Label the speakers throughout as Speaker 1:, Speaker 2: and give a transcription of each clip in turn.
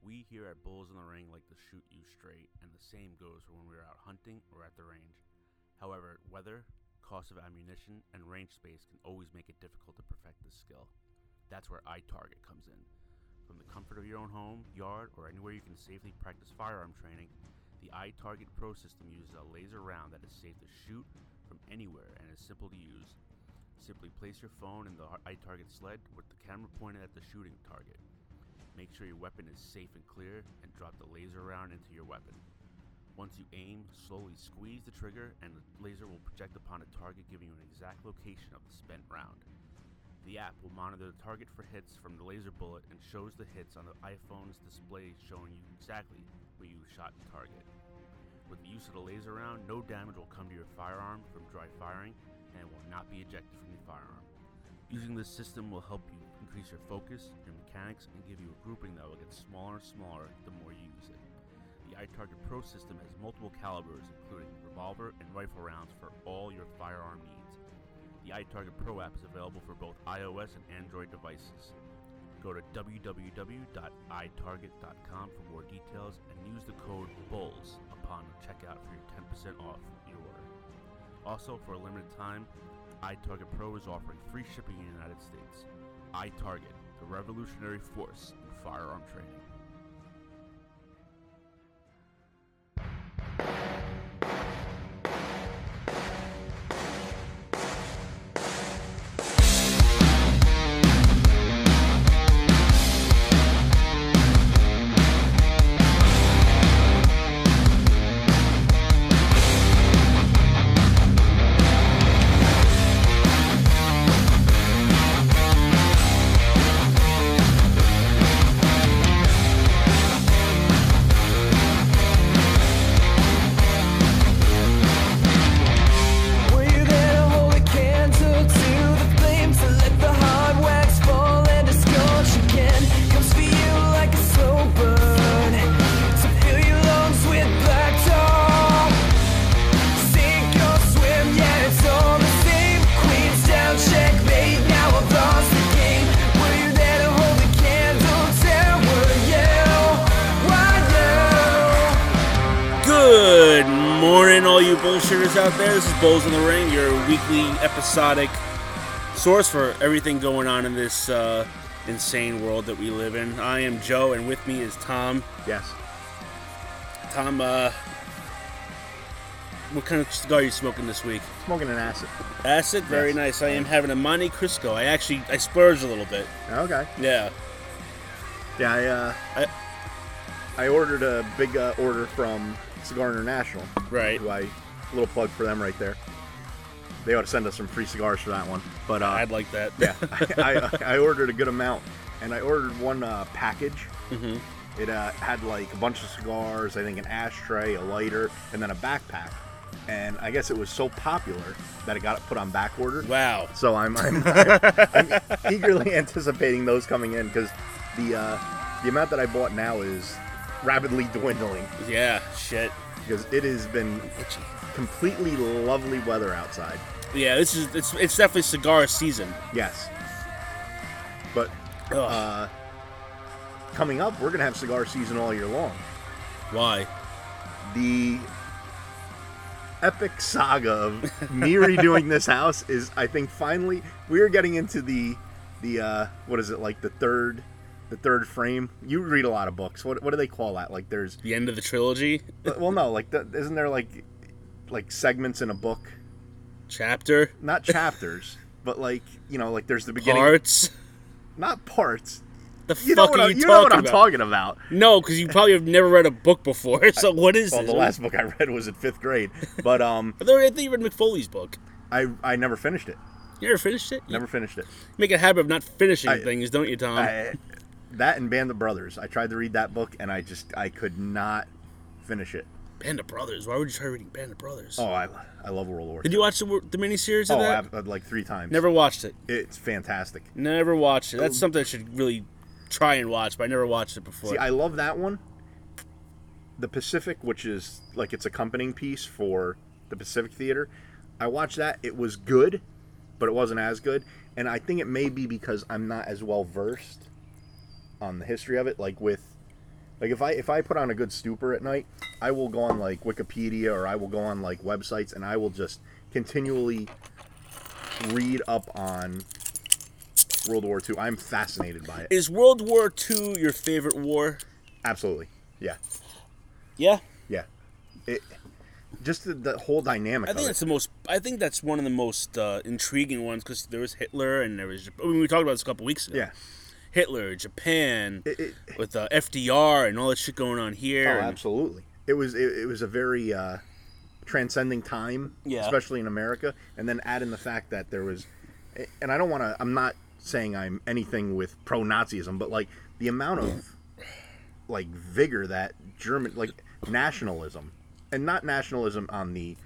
Speaker 1: We here at Bulls in the Ring like to shoot you straight, and the same goes for when we are out hunting or at the range. However, weather, cost of ammunition, and range space can always make it difficult to perfect this skill. That's where iTarget comes in. From the comfort of your own home, yard, or anywhere you can safely practice firearm training, the iTarget Pro system uses a laser round that is safe to shoot from anywhere and is simple to use. Simply place your phone in the iTarget sled with the camera pointed at the shooting target. Make sure your weapon is safe and clear and drop the laser round into your weapon. Once you aim, slowly squeeze the trigger and the laser will project upon a target, giving you an exact location of the spent round. The app will monitor the target for hits from the laser bullet and shows the hits on the iPhone's display, showing you exactly where you shot the target. With the use of the laser round, no damage will come to your firearm from dry firing and it will not be ejected from your firearm. Using this system will help you increase your focus, your mechanics, and give you a grouping that will get smaller and smaller the more you use it. The iTarget Pro system has multiple calibers, including revolver and rifle rounds for all your firearm needs. The iTarget Pro app is available for both iOS and Android devices. Go to www.itarget.com for more details and use the code BULLS upon checkout for your 10% off your order. Also, for a limited time, iTarget Pro is offering free shipping in the United States. iTarget, the revolutionary force in firearm training. out there. This is Bulls in the Ring, your weekly episodic source for everything going on in this uh, insane world that we live in. I am Joe, and with me is Tom.
Speaker 2: Yes.
Speaker 1: Tom, uh, what kind of cigar are you smoking this week?
Speaker 2: Smoking an acid.
Speaker 1: Acid, very yes. nice. I am having a Monte Cristo. I actually I splurged a little bit.
Speaker 2: Okay.
Speaker 1: Yeah.
Speaker 2: Yeah, I uh, I, I ordered a big uh, order from Cigar International.
Speaker 1: Right.
Speaker 2: Who I little plug for them right there. They ought to send us some free cigars for that one. But uh,
Speaker 1: I'd like that.
Speaker 2: yeah, I, I, I, ordered a good amount, and I ordered one uh, package.
Speaker 1: Mm-hmm.
Speaker 2: It uh, had like a bunch of cigars, I think an ashtray, a lighter, and then a backpack. And I guess it was so popular that it got it put on back order.
Speaker 1: Wow!
Speaker 2: So I'm I'm, I'm, I'm eagerly anticipating those coming in because the uh, the amount that I bought now is rapidly dwindling.
Speaker 1: Yeah, shit.
Speaker 2: Because it has been itchy completely lovely weather outside.
Speaker 1: Yeah, this is it's it's definitely cigar season.
Speaker 2: Yes. But uh, coming up, we're gonna have cigar season all year long.
Speaker 1: Why?
Speaker 2: The epic saga of me redoing this house is, I think, finally we're getting into the the uh, what is it like the third the third frame. You read a lot of books. What what do they call that? Like there's
Speaker 1: the end of the trilogy.
Speaker 2: well, no, like the, isn't there like like segments in a book
Speaker 1: chapter
Speaker 2: not chapters but like you know like there's the beginning
Speaker 1: parts
Speaker 2: not parts
Speaker 1: the you fuck are
Speaker 2: I,
Speaker 1: you,
Speaker 2: you
Speaker 1: talking know
Speaker 2: what i'm
Speaker 1: about?
Speaker 2: talking about
Speaker 1: no because you probably have never read a book before so what is
Speaker 2: well
Speaker 1: this?
Speaker 2: the last book i read was in fifth grade but um
Speaker 1: i think you read mcfoley's book
Speaker 2: i i never finished it
Speaker 1: you never finished it
Speaker 2: never finished it
Speaker 1: you make a habit of not finishing I, things don't you tom
Speaker 2: I, that and band of brothers i tried to read that book and i just i could not finish it
Speaker 1: Band of Brothers. Why would you try reading Band of Brothers?
Speaker 2: Oh, I, I love World War.
Speaker 1: Did you watch the the miniseries of
Speaker 2: oh,
Speaker 1: that?
Speaker 2: I, I, like three times.
Speaker 1: Never watched it.
Speaker 2: It's fantastic.
Speaker 1: Never watched it. That's something I should really try and watch, but I never watched it before.
Speaker 2: Oh. See, I love that one. The Pacific, which is like its accompanying piece for the Pacific Theater, I watched that. It was good, but it wasn't as good. And I think it may be because I'm not as well versed on the history of it, like with Like if I if I put on a good stupor at night, I will go on like Wikipedia or I will go on like websites and I will just continually read up on World War II. I'm fascinated by it.
Speaker 1: Is World War II your favorite war?
Speaker 2: Absolutely. Yeah.
Speaker 1: Yeah,
Speaker 2: Yeah. It just the, the whole dynamic
Speaker 1: I think
Speaker 2: of
Speaker 1: that's
Speaker 2: it.
Speaker 1: the most. I think that's one of the most uh, intriguing ones because there was Hitler and there was. Jap- I mean, we talked about this a couple weeks ago.
Speaker 2: Yeah.
Speaker 1: Hitler, Japan,
Speaker 2: It, it,
Speaker 1: with uh, FDR and all that shit going on here.
Speaker 2: Oh,
Speaker 1: and-
Speaker 2: absolutely. It was it, it was a very uh, transcending time,
Speaker 1: Yeah.
Speaker 2: especially in America. And then add in the fact that there was, and I don't want to. I'm not saying I'm anything with pro Nazism, but like the amount of like vigor that German like nationalism, and not nationalism on the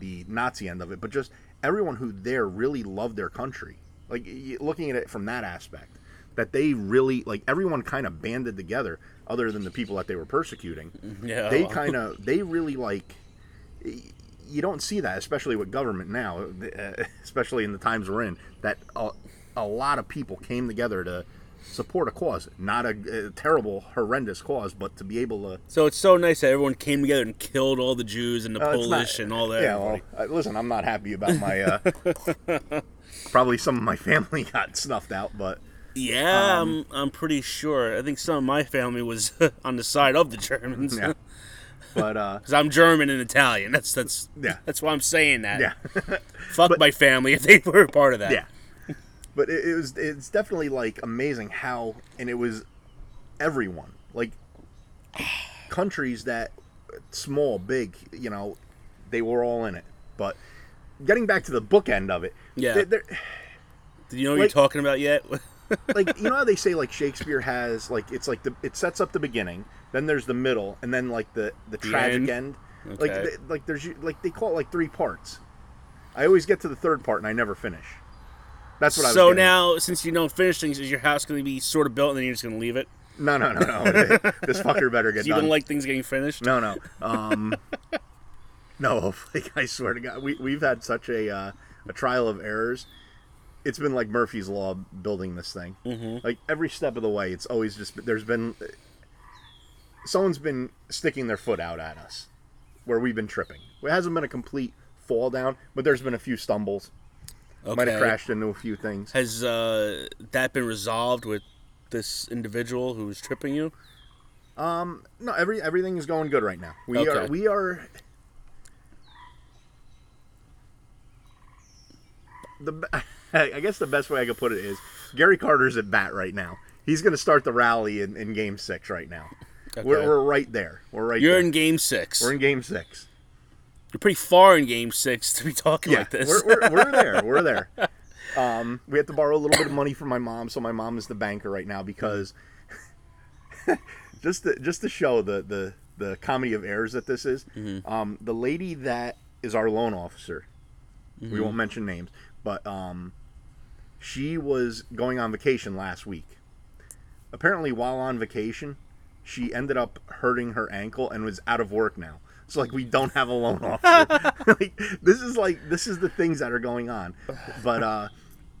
Speaker 2: the Nazi end of it, but just everyone who there really loved their country. Like y- looking at it from that aspect, that they really like everyone kind of banded together, other than the people that they were persecuting
Speaker 1: yeah,
Speaker 2: they kind of they really like y- you don't see that especially with government now uh, especially in the times we're in that a, a lot of people came together to support a cause not a, a terrible horrendous cause but to be able to
Speaker 1: So it's so nice that everyone came together and killed all the Jews and the
Speaker 2: Uh, it's not-
Speaker 1: Polish and all that.
Speaker 2: yeah well uh, listen i'm not happy about my uh, probably some of my family got snuffed out but
Speaker 1: Yeah,
Speaker 2: um,
Speaker 1: I'm, I'm pretty sure. I think some of my family was on the side of the Germans
Speaker 2: yeah
Speaker 1: because
Speaker 2: but uh
Speaker 1: I'm German and Italian. That's that's
Speaker 2: Yeah.
Speaker 1: that's why I'm saying that.
Speaker 2: yeah
Speaker 1: Fuck my family if they were a part of that.
Speaker 2: Yeah. But it, it was it's definitely like amazing how and it was everyone. Like countries that small, big, you know, they were all in it. But getting back to the book end of it.
Speaker 1: Yeah.
Speaker 2: there- there-
Speaker 1: Do you know what
Speaker 2: Like-
Speaker 1: you're talking about yet?
Speaker 2: like you know how they say like Shakespeare has like it's like the it sets up the beginning, then there's the middle, and then like the the tragic
Speaker 1: end?
Speaker 2: end. Like
Speaker 1: Okay.
Speaker 2: th- like there's u- like they call it like three parts. I always get to the third part and I never finish. That's what I was
Speaker 1: so
Speaker 2: getting at.
Speaker 1: now, since you don't finish things, is your house going to be sort of built and then you're just going to leave it?
Speaker 2: No, no, no, no. this fucker better get
Speaker 1: Do you
Speaker 2: done.
Speaker 1: don't like things getting finished?
Speaker 2: no, no. Um, no, like I swear to God, we we've had such a uh, a trial of errors. It's been like Murphy's law building this thing. Mm-hmm. Like every step of the way, it's always just there's been someone's been sticking their foot out at us where we've been tripping. It hasn't been a complete fall down, but there's been a few stumbles. Might have
Speaker 1: Okay.
Speaker 2: crashed into a few things.
Speaker 1: Has uh, that been resolved with this individual who was tripping you?
Speaker 2: No, every everything is going good right now. We
Speaker 1: Okay.
Speaker 2: are we are the be- I guess the best way I could put it is Gary Carter's at bat right now. He's going to start the rally in, in Game Six right now. We're,
Speaker 1: Okay.
Speaker 2: we're right there. We're right.
Speaker 1: You're
Speaker 2: there.
Speaker 1: in game 6
Speaker 2: We're in Game Six.
Speaker 1: You're pretty far in game six to be talking
Speaker 2: Yeah,
Speaker 1: like this.
Speaker 2: We're, we're, we're there. We're there. Um, we have to borrow a little bit of money from my mom, so my mom is the banker right now because just to, just to show the, the the comedy of errors that this is. Um, the lady that is our loan officer, we won't mention names, but um, she was going on vacation last week. Apparently, while on vacation, she ended up hurting her ankle and was out of work now. So like we don't have a loan officer. like this is like this is the things that are going on. But uh,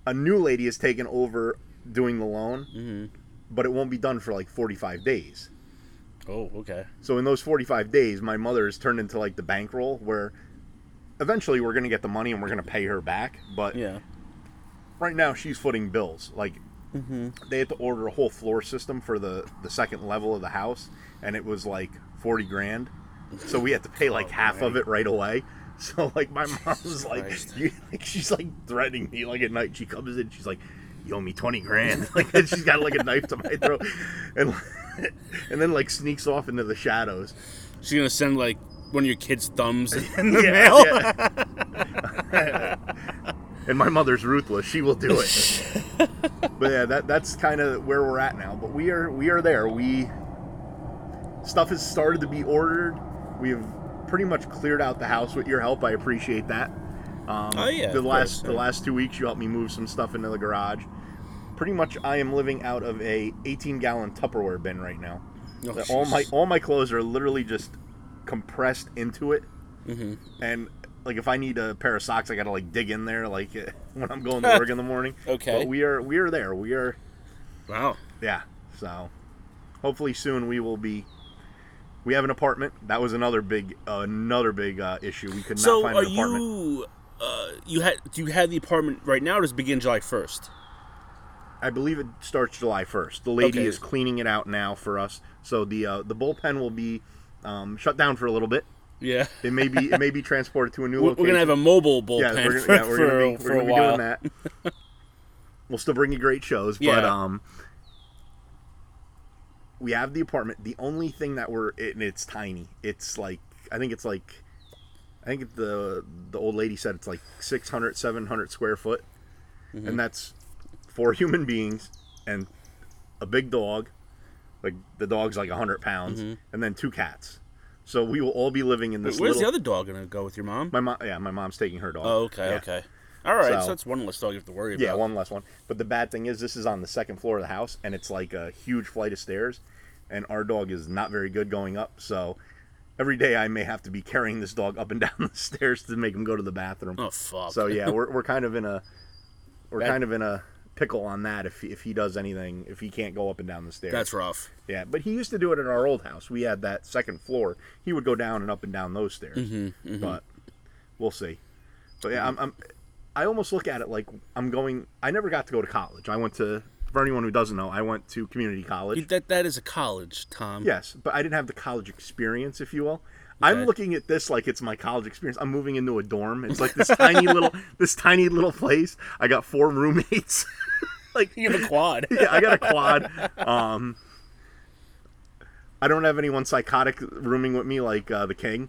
Speaker 2: a new lady has taken over doing the loan, but it won't be done for like 45 days.
Speaker 1: oh, okay.
Speaker 2: So in those 45 days, my mother is turned into like the bankroll where eventually we're going to get the money and we're going to pay her back, but
Speaker 1: Yeah.
Speaker 2: right now she's footing bills. Like they had to order a whole floor system for the the second level of the house, and it was like forty grand. So we had to pay like half of it right away. So like my mom was like,
Speaker 1: Christ.
Speaker 2: you, like, she's like threatening me like at night. She comes in, she's like, "You owe me twenty grand." Like and she's got like a knife to my throat, and and then like sneaks off into the shadows.
Speaker 1: She's gonna send like one of your kids' thumbs in
Speaker 2: Yeah,
Speaker 1: the mail.
Speaker 2: yeah. and my mother's ruthless. She will do it. but yeah, that that's kind of where we're at now. But we are we are there. We stuff has started to be ordered. We've pretty much cleared out the house with your help. I appreciate that. Um,
Speaker 1: Oh, yeah,
Speaker 2: The
Speaker 1: of
Speaker 2: last
Speaker 1: course,
Speaker 2: the
Speaker 1: yeah.
Speaker 2: last two weeks, you helped me move some stuff into the garage. Pretty much, I am living out of a 18 gallon Tupperware bin right now.
Speaker 1: Oh,
Speaker 2: That all my
Speaker 1: Jesus.
Speaker 2: all my clothes are literally just compressed into it.
Speaker 1: Mm-hmm.
Speaker 2: And like if I need a pair of socks, I gotta like dig in there like eh, when I'm going to work in the morning.
Speaker 1: Okay.
Speaker 2: But we are we are there. We are
Speaker 1: Wow.
Speaker 2: yeah. So hopefully soon we will be We have an apartment. That was another big another big uh, issue. We could not
Speaker 1: So
Speaker 2: find
Speaker 1: are
Speaker 2: an apartment.
Speaker 1: you? Uh, you had do you have the apartment right now? Or does it begin July first?
Speaker 2: I believe it starts July 1st. The lady
Speaker 1: Okay.
Speaker 2: is cleaning it out now for us. So the uh, the bullpen will be um, shut down for a little bit.
Speaker 1: Yeah,
Speaker 2: It may be it may be transported to a new
Speaker 1: we're, we're
Speaker 2: location.
Speaker 1: gonna have a mobile bullpen
Speaker 2: yeah, we're,
Speaker 1: for,
Speaker 2: gonna- yeah, we're
Speaker 1: for,
Speaker 2: gonna be,
Speaker 1: for a
Speaker 2: we're gonna be
Speaker 1: while.
Speaker 2: doing that. we'll still bring you great shows, but
Speaker 1: Yeah.
Speaker 2: um, we have the apartment. The only thing that we're and it's tiny. It's like I think it's like I think the the old lady said it's like 600, 700 square foot,
Speaker 1: Mm-hmm.
Speaker 2: and that's four human beings and a big dog. Like the dog's like hundred pounds,
Speaker 1: Mm-hmm.
Speaker 2: and then two cats. So we will all be living in this.
Speaker 1: Where's
Speaker 2: little,
Speaker 1: the other dog gonna go with your mom?
Speaker 2: My mom, yeah, my mom's taking her dog.
Speaker 1: Oh, okay,
Speaker 2: Yeah.
Speaker 1: okay. All right, so,
Speaker 2: So-
Speaker 1: that's one less dog you have to worry
Speaker 2: Yeah,
Speaker 1: about.
Speaker 2: one last one. But the bad thing is, this is on the second floor of the house, and it's like a huge flight of stairs, and our dog is not very good going up. So every day I may have to be carrying this dog up and down the stairs to make him go to the bathroom.
Speaker 1: oh fuck.
Speaker 2: So yeah, we're, we're kind of in a we're
Speaker 1: That-
Speaker 2: kind of in a pickle on that if he, if he does anything if he can't go up and down the stairs.
Speaker 1: that's rough.
Speaker 2: yeah, but he used to do it in our old house. We had that second floor. He would go down and up and down those stairs.
Speaker 1: Mm-hmm,
Speaker 2: But we'll see. But yeah, I'm, I'm. I almost look at it like I'm going. I never got to go to college. I went to. For anyone who doesn't know, I went to community college.
Speaker 1: You- That that is a college, Tom.
Speaker 2: Yes, but I didn't have the college experience, if you will.
Speaker 1: Okay.
Speaker 2: I'm looking at this like it's my college experience. I'm moving into a dorm. It's like this tiny little, this tiny little place. I got four roommates. like
Speaker 1: You have a quad.
Speaker 2: yeah, I got a quad. Um, I don't have anyone psychotic rooming with me like uh, the king,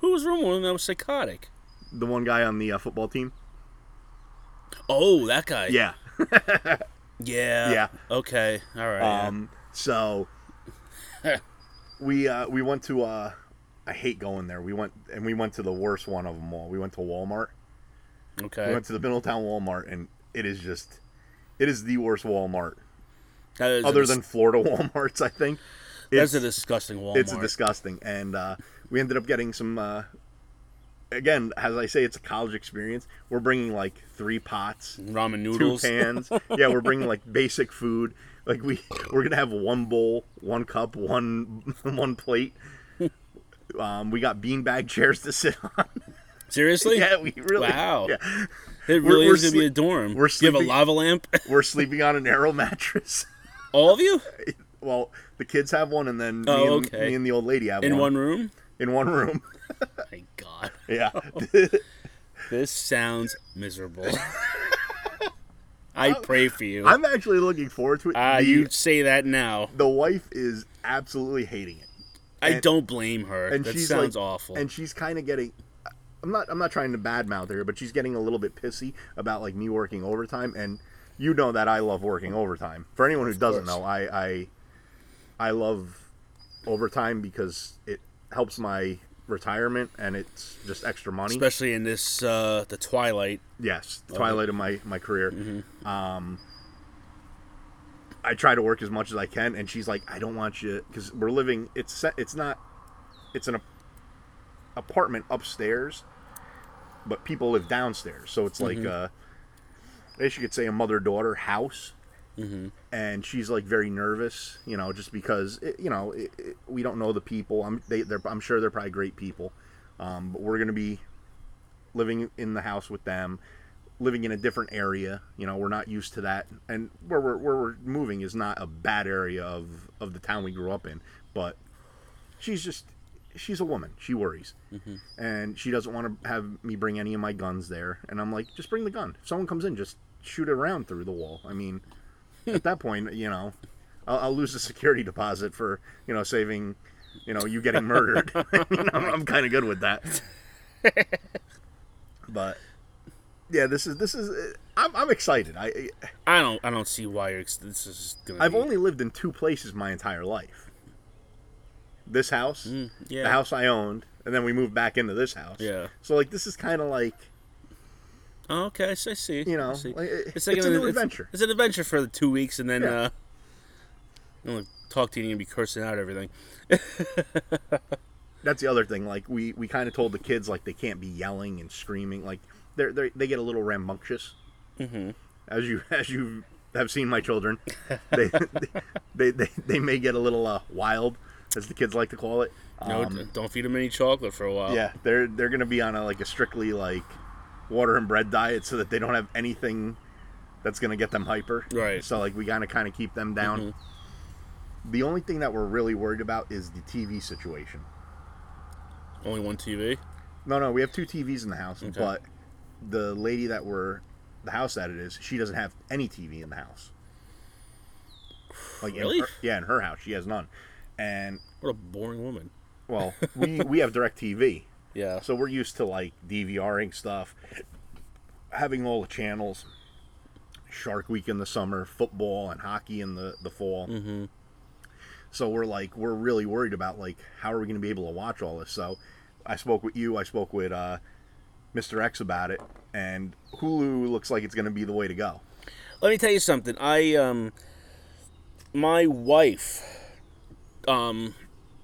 Speaker 1: Who was rooming with him that was psychotic?
Speaker 2: the one guy on the uh, football team.
Speaker 1: Oh, that guy.
Speaker 2: Yeah.
Speaker 1: Yeah.
Speaker 2: Yeah.
Speaker 1: Okay. All right. yeah.
Speaker 2: Um, so we uh, we went to. Uh, I hate going there. We went and we went to the worst one of them all. We went to Walmart.
Speaker 1: okay.
Speaker 2: We went to the Middletown Walmart, and it is just, it is the worst Walmart
Speaker 1: That is a
Speaker 2: other
Speaker 1: dis-
Speaker 2: than Florida Walmarts. I think
Speaker 1: that's a disgusting Walmart.
Speaker 2: it's disgusting, and uh, we ended up getting some. Uh, again, as I say, it's a college experience. We're bringing like three pots,
Speaker 1: ramen
Speaker 2: two
Speaker 1: noodles.
Speaker 2: pans. yeah, we're bringing like basic food. Like we we're gonna have one bowl, one cup, one one plate. Um, we got beanbag chairs to sit on.
Speaker 1: Seriously?
Speaker 2: yeah, we really.
Speaker 1: Wow.
Speaker 2: Yeah,
Speaker 1: It really
Speaker 2: we're
Speaker 1: is gonna be
Speaker 2: sle-
Speaker 1: a dorm.
Speaker 2: we're
Speaker 1: you have a
Speaker 2: sleeping-
Speaker 1: lava lamp.
Speaker 2: we're sleeping on a narrow mattress.
Speaker 1: All of you
Speaker 2: well, the kids have one, and then me,
Speaker 1: Oh,
Speaker 2: and,
Speaker 1: okay.
Speaker 2: me and the old lady have
Speaker 1: in
Speaker 2: one,
Speaker 1: one room.
Speaker 2: in one room.
Speaker 1: My God,
Speaker 2: yeah,
Speaker 1: Oh. this sounds miserable. I pray for you.
Speaker 2: I'm actually looking forward to it.
Speaker 1: Ah,
Speaker 2: the,
Speaker 1: you say that now.
Speaker 2: the wife is absolutely hating it,
Speaker 1: I
Speaker 2: and-
Speaker 1: don't blame her.
Speaker 2: and
Speaker 1: that
Speaker 2: she's
Speaker 1: sounds
Speaker 2: like-
Speaker 1: awful.
Speaker 2: and she's kind of getting. I'm not. I'm not trying to badmouth her, but she's getting a little bit pissy about like me working overtime, and you know that I love working overtime. For anyone who doesn't
Speaker 1: course.
Speaker 2: know, I, I I love overtime because it helps my retirement and it's just extra money.
Speaker 1: Especially in this uh, the twilight.
Speaker 2: Yes, the twilight of my my career. Um, I try to work as much as I can, and she's like, "I don't want you," because we're living. It's se- it's not. It's an ap- apartment upstairs, but people live downstairs, so it's like uh, I guess you could say a mother daughter house. And she's like very nervous, you know, just because it, you know it, it, we don't know the people. I'm they, they're I'm sure they're probably great people, um, but we're gonna be living in the house with them, living in a different area. You know, we're not used to that, and where we're where we're moving is not a bad area of of the town we grew up in. But she's just she's a woman. She worries, and she doesn't want to have me bring any of my guns there. And I'm like, just bring the gun. If someone comes in, just shoot it around through the wall. I mean, at that point, you know, I'll, I'll lose the security deposit for you know saving. You know, you getting murdered. You know, I'm kind of good with that but yeah, this is this is I'm, I'm excited. I
Speaker 1: I don't. I don't see why you're. ex- This is gonna.
Speaker 2: I've
Speaker 1: be-
Speaker 2: only lived in two places my entire life. This house,
Speaker 1: Mm, yeah.
Speaker 2: the house I owned, and then we moved back into this house.
Speaker 1: Yeah.
Speaker 2: So like this is kind of like
Speaker 1: Oh, okay, I s- I see.
Speaker 2: You know,
Speaker 1: I see.
Speaker 2: like, it- it's a new adventure.
Speaker 1: It's, an adventure for the two weeks, and then
Speaker 2: Yeah.
Speaker 1: uh, I'm gonna talk to you and you'll be cursing out everything.
Speaker 2: that's the other thing. Like we we kind of told the kids like they can't be yelling and screaming. Like they're, they're they get a little rambunctious. Mm-hmm. As you as you have seen my children. They they, they, they may get a little uh, wild, as the kids like to call it.
Speaker 1: No,
Speaker 2: Um,
Speaker 1: d- don't feed him any chocolate for a while.
Speaker 2: yeah, they're they're gonna be on a like a strictly like water and bread diet so that they don't have anything that's gonna get them hyper.
Speaker 1: Right. Mm-hmm.
Speaker 2: So like we gotta kind of keep them down. The only thing that we're really worried about is the TV situation.
Speaker 1: Only one TV.
Speaker 2: No, no, we have two TVs in the house,
Speaker 1: Okay.
Speaker 2: but the lady that we're the house that it is, she doesn't have any TV in the house. Like in
Speaker 1: Really?
Speaker 2: her- yeah, in her house she has none, and
Speaker 1: What a boring woman.
Speaker 2: well, we we have Direct TV,
Speaker 1: Yeah.
Speaker 2: so we're used to like DVRing stuff, having all the channels, Shark Week in the summer, football and hockey in the the fall. Mm-hmm. So we're like we're really worried about like how are we going to be able to watch all this? So I spoke with you, I spoke with uh, Mr. X about it, and Hulu looks like it's going to be the way to go.
Speaker 1: Let me tell you something. I um, my wife, um,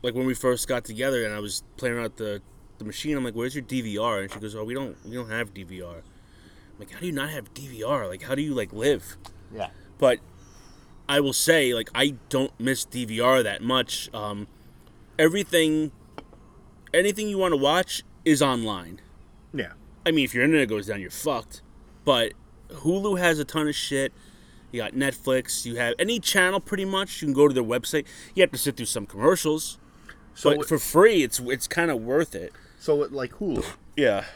Speaker 1: like when we first got together and I was playing out the the machine. I'm like, "Where's your DVR?" And she goes, "Oh, we don't we don't have DVR." I'm like, "How do you not have DVR? Like, how do you like live?"
Speaker 2: Yeah.
Speaker 1: but I will say, like, I don't miss DVR that much. Um, everything, anything you want to watch is online.
Speaker 2: Yeah.
Speaker 1: I mean, if your internet goes down, you're fucked. But Hulu has a ton of shit. You got Netflix. You have any channel, pretty much. You can go to their website. You have to sit through some commercials,
Speaker 2: So
Speaker 1: but for free, it's it's kind of worth it.
Speaker 2: so with, like Hulu,
Speaker 1: Yeah,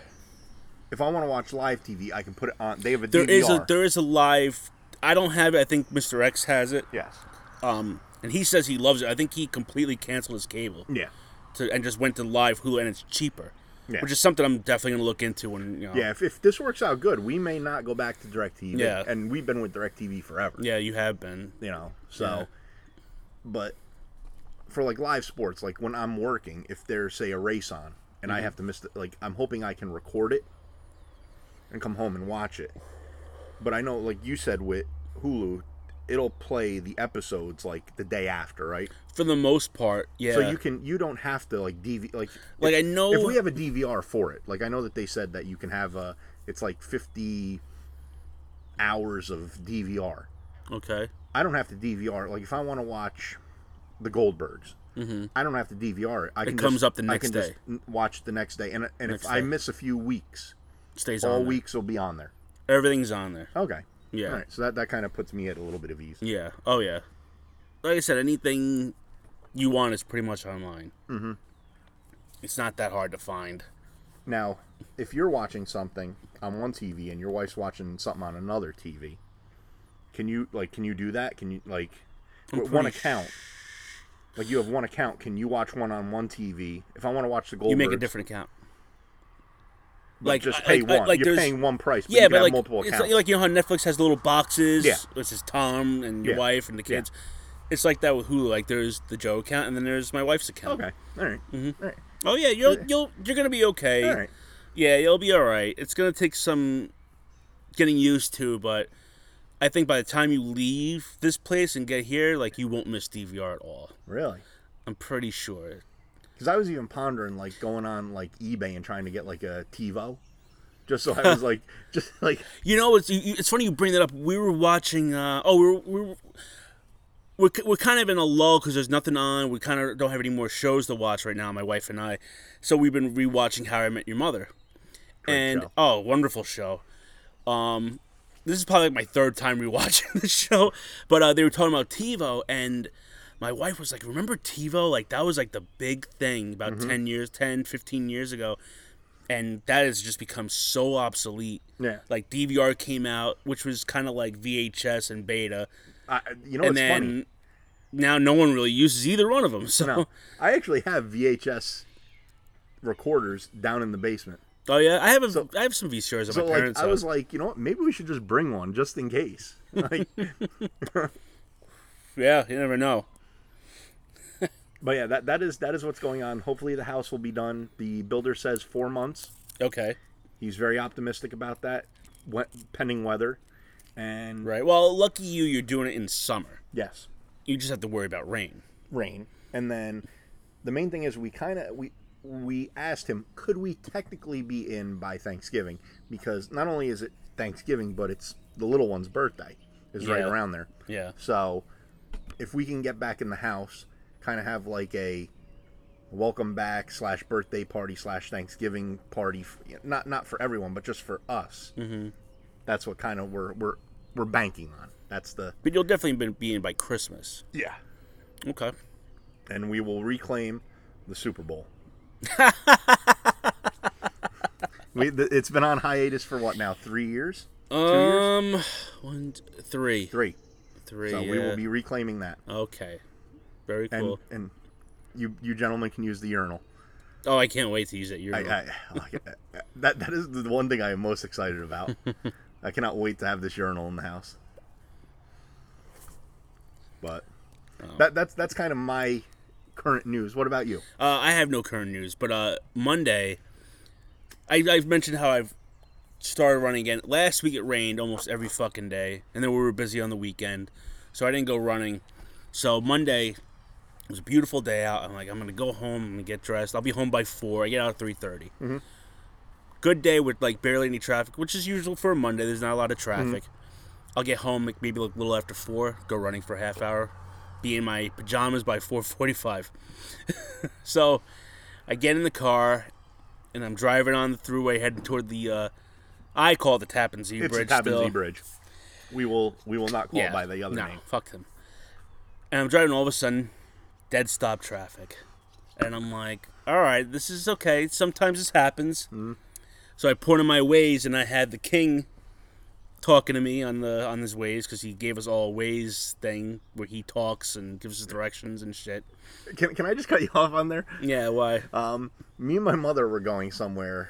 Speaker 2: if I want to watch live TV, I can put it on. They have a
Speaker 1: there
Speaker 2: DVR.
Speaker 1: is a there is a live. I don't have it. I think Mr. X has it.
Speaker 2: yes.
Speaker 1: Um, and he says he loves it. I think he completely canceled his cable.
Speaker 2: Yeah.
Speaker 1: to and just went to live Hulu and it's cheaper,
Speaker 2: Yeah.
Speaker 1: which is something I'm definitely gonna look into when you know.
Speaker 2: Yeah, if, if this works out good, we may not go back to DirecTV.
Speaker 1: Yeah.
Speaker 2: And we've been with DirecTV forever.
Speaker 1: yeah, you have been.
Speaker 2: You know, so,
Speaker 1: Yeah.
Speaker 2: but for like live sports, like when I'm working, if there's, say, a race on and
Speaker 1: Mm-hmm.
Speaker 2: I have to miss, the, like, I'm hoping I can record it and come home and watch it. But I know, like you said with Hulu, it'll play the episodes like the day after, right?
Speaker 1: For the most part, yeah.
Speaker 2: So you can, you don't have to like DV, like,
Speaker 1: like I
Speaker 2: if
Speaker 1: know
Speaker 2: we have a DVR for it, like I know that they said that you can have a, it's like fifty hours of DVR.
Speaker 1: okay.
Speaker 2: I don't have to DVR. Like if I want to watch the Goldbergs, I don't have to DVR it. I can
Speaker 1: Mm-hmm. comes
Speaker 2: just,
Speaker 1: up the
Speaker 2: I
Speaker 1: next
Speaker 2: can just
Speaker 1: day.
Speaker 2: n- watch the next day, and and
Speaker 1: Next
Speaker 2: if I
Speaker 1: day.
Speaker 2: miss a few weeks,
Speaker 1: Stays
Speaker 2: all
Speaker 1: on there.
Speaker 2: weeks will be on there.
Speaker 1: Everything's on there.
Speaker 2: Okay.
Speaker 1: Yeah.
Speaker 2: All right. So that that kind of puts me at a little bit of ease.
Speaker 1: Yeah. Oh yeah. Like I said, anything you want is pretty much online. Mm-hmm. It's not that hard to find.
Speaker 2: Now, if you're watching something on one TV and your wife's watching something on another TV, can you like can you do that? Can you like w- one
Speaker 1: pretty
Speaker 2: account? Like you have one account, can you watch one on one TV? If I want to watch the Goldbergs,
Speaker 1: You make a different account. Like
Speaker 2: just
Speaker 1: I-
Speaker 2: pay
Speaker 1: like, I-
Speaker 2: one.
Speaker 1: like
Speaker 2: you're
Speaker 1: there's-
Speaker 2: paying one price, but
Speaker 1: yeah,
Speaker 2: you can
Speaker 1: but
Speaker 2: have
Speaker 1: like
Speaker 2: multiple
Speaker 1: it's
Speaker 2: accounts.
Speaker 1: like, like, you know how Netflix has little boxes.
Speaker 2: Yeah.
Speaker 1: This is Tom and your
Speaker 2: Yeah.
Speaker 1: wife and the kids. It's like that with Hulu. Like there's the Joe account and then there's my wife's account.
Speaker 2: okay, all right. all right,
Speaker 1: Oh yeah, you'll you'll you're gonna be okay.
Speaker 2: all right.
Speaker 1: Yeah, you'll be all right. It's gonna take some getting used to, but I think by the time you leave this place and get here, like you won't miss DVR at all.
Speaker 2: Really?
Speaker 1: I'm pretty sure.
Speaker 2: Because I was even pondering like going on like eBay and trying to get like a TiVo, just so I was like, just like
Speaker 1: You know, it's you, you- it's funny you bring that up. We were watching. Uh, oh, we we're we we're, we're, ki- we're kind of in a lull because there's nothing on. We kind of don't have any more shows to watch right now. My wife and I, so we've been rewatching How I Met Your Mother, and
Speaker 2: show.
Speaker 1: oh, wonderful show. Um, this is probably like my third time rewatching the show, but uh, they were talking about TiVo, and my wife was like, "Remember TiVo? Like that was like the big thing about
Speaker 2: Mm-hmm.
Speaker 1: ten years, 10, 15 years ago." And that has just become so obsolete
Speaker 2: yeah.
Speaker 1: like DVR came out, which was kind of like VHS and beta,
Speaker 2: I, you
Speaker 1: and
Speaker 2: know, Oh, it's
Speaker 1: then
Speaker 2: funny.
Speaker 1: now no one really uses either one of them. So,
Speaker 2: No, I actually have VHS recorders down in the basement.
Speaker 1: oh yeah, I have a I have some VCRs at
Speaker 2: So
Speaker 1: my
Speaker 2: like,
Speaker 1: parents'
Speaker 2: I
Speaker 1: house.
Speaker 2: was like, you know what? Maybe we should just bring one just in case. Like,
Speaker 1: yeah, you never know.
Speaker 2: but yeah, that that is that is what's going on. Hopefully, the house will be done. The builder says four months.
Speaker 1: Okay,
Speaker 2: He's very optimistic about that, we- pending weather. And
Speaker 1: right. Well, lucky you, you're doing it in summer.
Speaker 2: yes,
Speaker 1: You just have to worry about rain.
Speaker 2: rain. And then the main thing is we kind of we we asked him could we technically be in by Thanksgiving because not only is it Thanksgiving but it's the little one's birthday is right
Speaker 1: Yeah.
Speaker 2: around there.
Speaker 1: Yeah.
Speaker 2: So if we can get back in the house, kind of have like a welcome back slash birthday party slash Thanksgiving party, f- not not for everyone, but just for us. Mm-hmm. That's what kind of we're we're we're banking on. That's the
Speaker 1: But you'll definitely be- be in by Christmas.
Speaker 2: yeah,
Speaker 1: Okay.
Speaker 2: and we will reclaim the Super Bowl. we, th- it's been on hiatus for what now? Three years?
Speaker 1: Um, one, t- three,
Speaker 2: Three.
Speaker 1: three.
Speaker 2: So we
Speaker 1: yeah.
Speaker 2: will be reclaiming that.
Speaker 1: okay. Very
Speaker 2: And
Speaker 1: cool.
Speaker 2: and you you gentlemen can use the urinal.
Speaker 1: oh, I can't wait to use that
Speaker 2: I,
Speaker 1: urinal.
Speaker 2: I, I- that that is the one thing I am most excited about. I cannot wait to have this urinal in the house. But
Speaker 1: Oh.
Speaker 2: that that's that's kind of my current news. What about you?
Speaker 1: Uh, I have no current news, but uh, Monday, I, I've mentioned how I've started running again. Last week it rained almost every fucking day, and then we were busy on the weekend, so I didn't go running. So Monday it was a beautiful day out. I'm like, I'm gonna go home and get dressed. I'll be home by four. I get out at three
Speaker 2: Mm-hmm.
Speaker 1: Good day with like barely any traffic, which is usual for a Monday. There's not a lot of
Speaker 2: Mm-hmm.
Speaker 1: traffic. I'll get home like maybe like a little after four. Go running for a half hour. Be in my pajamas by four forty-five. So I get in the car and I'm driving on the thruway heading toward the uh, I call it the Tappan Zee
Speaker 2: It's the
Speaker 1: Bridge.
Speaker 2: Tappan
Speaker 1: still.
Speaker 2: Zee Bridge. We will we will not call it by the other
Speaker 1: no,
Speaker 2: name.
Speaker 1: Fuck them. And I'm driving all of a sudden, dead stop traffic. And I'm like, all right, this is okay. Sometimes this happens.
Speaker 2: Mm-hmm.
Speaker 1: So I poured in my ways and I had the king talking to me on the on his ways because he gave us all a ways thing where he talks and gives us directions and shit.
Speaker 2: Can can I just cut you off on there?
Speaker 1: Yeah, why?
Speaker 2: Um, me and my mother were going somewhere.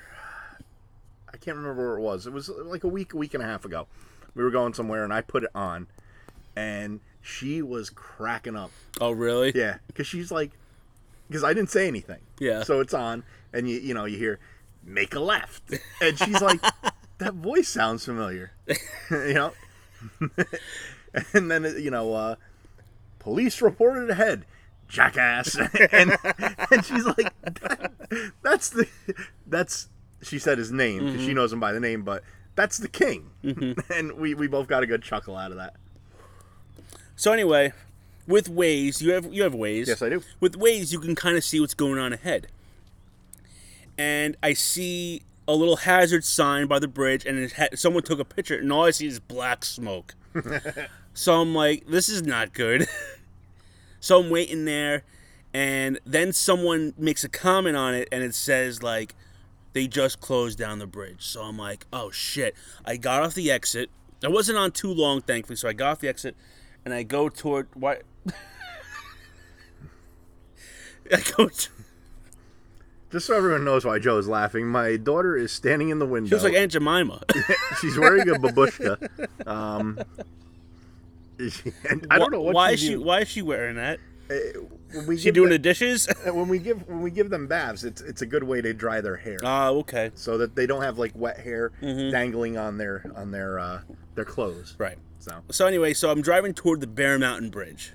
Speaker 2: I can't remember where it was. It was like a week, a week and a half ago. We were going somewhere, and I put it on, and she was cracking up.
Speaker 1: oh, really?
Speaker 2: Yeah, because she's like, because I didn't say anything.
Speaker 1: Yeah.
Speaker 2: So it's on, and you you know you hear, make a left, and she's like, that voice sounds familiar, you know. and then you know, uh, police reported ahead, jackass, and and she's like, "That- that's the, that's she said his name 'cause she knows him by the name, but that's the king, and we we both got a good chuckle out of that.
Speaker 1: So anyway, with Waze, you have you have Waze.
Speaker 2: Yes, I do.
Speaker 1: With Waze, you can kind of see what's going on ahead. And I see a little hazard sign by the bridge, and it ha- someone took a picture, and all I see is black smoke. so I'm like, this is not good. so I'm waiting there, and then someone makes a comment on it, and it says like, they just closed down the bridge. So I'm like, oh shit. I got off the exit. I wasn't on too long, thankfully. So I got off the exit and I go toward what? I go. T-
Speaker 2: Just so everyone knows why Joe is laughing, my daughter is standing in the window.
Speaker 1: it was like Aunt Jemima.
Speaker 2: She's wearing a babushka. Um, she- and I don't know what
Speaker 1: why
Speaker 2: she
Speaker 1: is she
Speaker 2: do-
Speaker 1: why is she wearing that?
Speaker 2: when we
Speaker 1: She
Speaker 2: give
Speaker 1: doing the
Speaker 2: them,
Speaker 1: dishes?
Speaker 2: when we give when we give them baths. It's it's a good way to dry their hair
Speaker 1: Ah, okay,
Speaker 2: so that they don't have like wet hair dangling on their on their uh, their clothes.
Speaker 1: Mm-hmm. right.
Speaker 2: So
Speaker 1: So anyway, so I'm driving toward the Bear Mountain Bridge.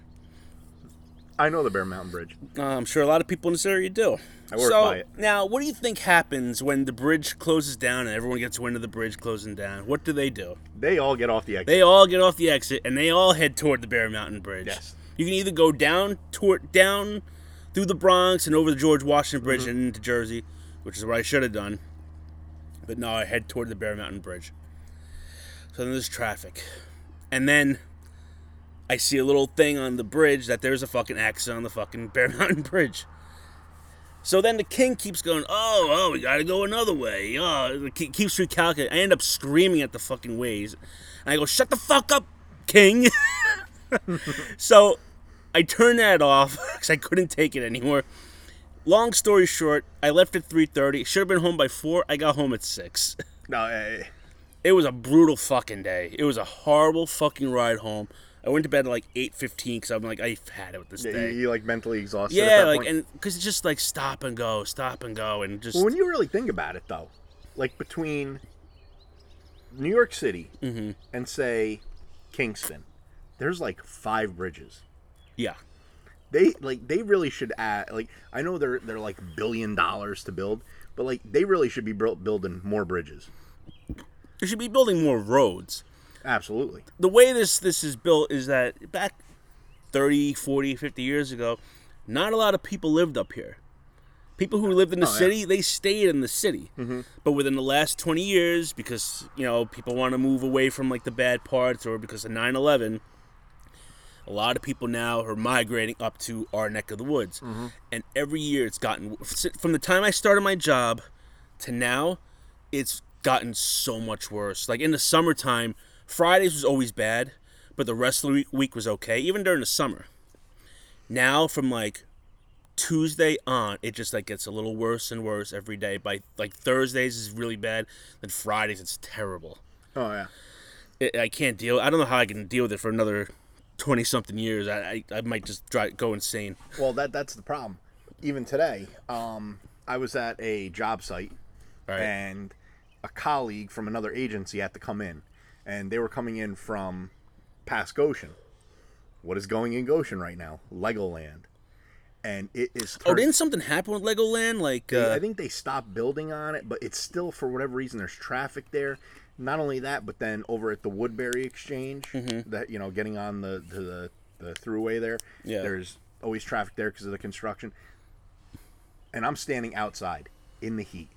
Speaker 2: I know the Bear Mountain Bridge.
Speaker 1: Uh, I'm sure a lot of people in this area do.
Speaker 2: I work
Speaker 1: so,
Speaker 2: by it.
Speaker 1: Now, what do you think happens when the bridge closes down and everyone gets wind of the bridge closing down? What do they do?
Speaker 2: They all get off the exit.
Speaker 1: They all get off the exit and they all head toward the Bear Mountain Bridge.
Speaker 2: Yes.
Speaker 1: You can either go down toward down through the Bronx and over the George Washington Bridge and into Jersey, which is what I should have done. But no, I head toward the Bear Mountain Bridge. So then there's traffic. And then I see a little thing on the bridge that there's a fucking accident on the fucking Bear Mountain Bridge. So then the king keeps going, oh, oh, we gotta go another way. Oh, it ke- keeps recalculating. I end up screaming at the fucking ways. And I go, shut the fuck up, king. so I turn that off because I couldn't take it anymore. Long story short, I left at 3.30. Should have been home by 4. I got home at 6.
Speaker 2: no, eh,
Speaker 1: It was a brutal fucking day. It was a horrible fucking ride home. I went to bed at like 8.15 because I'm like, I've had it with this
Speaker 2: eh, you,
Speaker 1: day.
Speaker 2: you like mentally exhausted. at
Speaker 1: Yeah,
Speaker 2: that
Speaker 1: like
Speaker 2: point.
Speaker 1: and because it's just like stop and go, stop and go, and just
Speaker 2: Well, when you really think about it, though, like between New York City and say Kingston, there's like five bridges.
Speaker 1: yeah,
Speaker 2: They like they really should add like I know they're they're like billion dollars to build, but like they really should be built building more bridges.
Speaker 1: they should be building more roads.
Speaker 2: Absolutely.
Speaker 1: the way this this is built is that back 30 40 50 years ago not a lot of people lived up here people who lived in the
Speaker 2: yeah.
Speaker 1: city they stayed in the city but within the last 20 years because you know people want to move away from like the bad parts or because of 9-11 a lot of people now are migrating up to our neck of the woods and every year it's gotten from the time i started my job to now it's gotten so much worse. Like in the summertime, Fridays was always bad, but the rest of the we- week was okay, even during the summer. Now, from like Tuesday on, it just like gets a little worse and worse every day. By like Thursdays is really bad, then Fridays it's terrible.
Speaker 2: Oh yeah.
Speaker 1: It, I can't deal. I don't know how I can deal with it for another twenty something years. I, I I might just dry, go insane.
Speaker 2: Well, that that's the problem. Even today, um, I was at a job site,
Speaker 1: All right.
Speaker 2: and a colleague from another agency had to come in, and they were coming in from past Goshen. What is going in Goshen right now? Legoland, and it is.
Speaker 1: Oh,
Speaker 2: turn-
Speaker 1: didn't something happen with Legoland? Like,
Speaker 2: They-
Speaker 1: uh,
Speaker 2: I think they stopped building on it, but it's still for whatever reason there's traffic there. Not only that, but then over at the Woodbury Exchange,
Speaker 1: Mm-hmm.
Speaker 2: that you know, getting on the to the the throughway there,
Speaker 1: Yeah.
Speaker 2: there's always traffic there because of the construction. And I'm standing outside in the heat,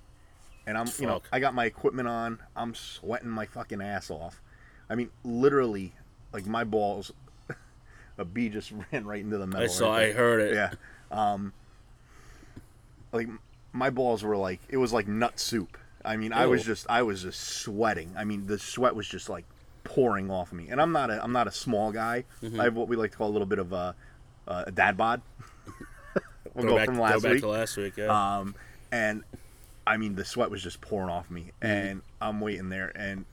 Speaker 2: and I'm you know
Speaker 1: Fuck.
Speaker 2: I got my equipment on. I'm sweating my fucking ass off. I mean, literally, like my balls. A bee just ran right into the metal.
Speaker 1: I
Speaker 2: right
Speaker 1: saw.
Speaker 2: there
Speaker 1: I heard it.
Speaker 2: yeah. Um, like my balls were like it was like nut soup. I mean, I was
Speaker 1: Ew.
Speaker 2: just I was just sweating. I mean, the sweat was just like pouring off me. And I'm not a I'm not a small guy.
Speaker 1: Mm-hmm.
Speaker 2: I have what we like to call a little bit of a, a dad bod. we'll
Speaker 1: Go
Speaker 2: go
Speaker 1: back,
Speaker 2: from
Speaker 1: go
Speaker 2: last
Speaker 1: back
Speaker 2: week.
Speaker 1: to last week. Yeah.
Speaker 2: Um, and I mean, the sweat was just pouring off me, and I'm waiting there. And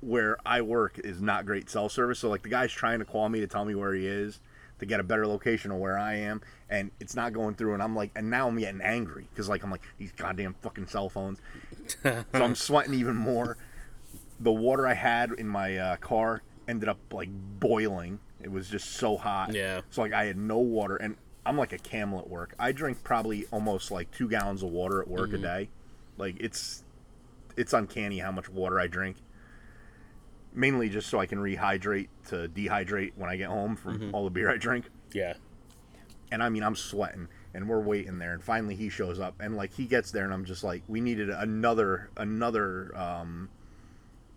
Speaker 2: where I work is not great cell service, so like the guy's trying to call me to tell me where he is to get a better location of where I am, and it's not going through. And I'm like, and now I'm getting angry because like I'm like these goddamn fucking cell phones, so I'm sweating even more. The water I had in my uh, car ended up like boiling. It was just so hot.
Speaker 1: Yeah.
Speaker 2: So like I had no water, and I'm like a camel at work. I drink probably almost like two gallons of water at work a day. Like it's it's uncanny how much water I drink. Mainly just so I can rehydrate to dehydrate when I get home from all the beer I drink.
Speaker 1: yeah.
Speaker 2: And I mean I'm sweating and we're waiting there and finally he shows up and like he gets there and I'm just like we needed another another um,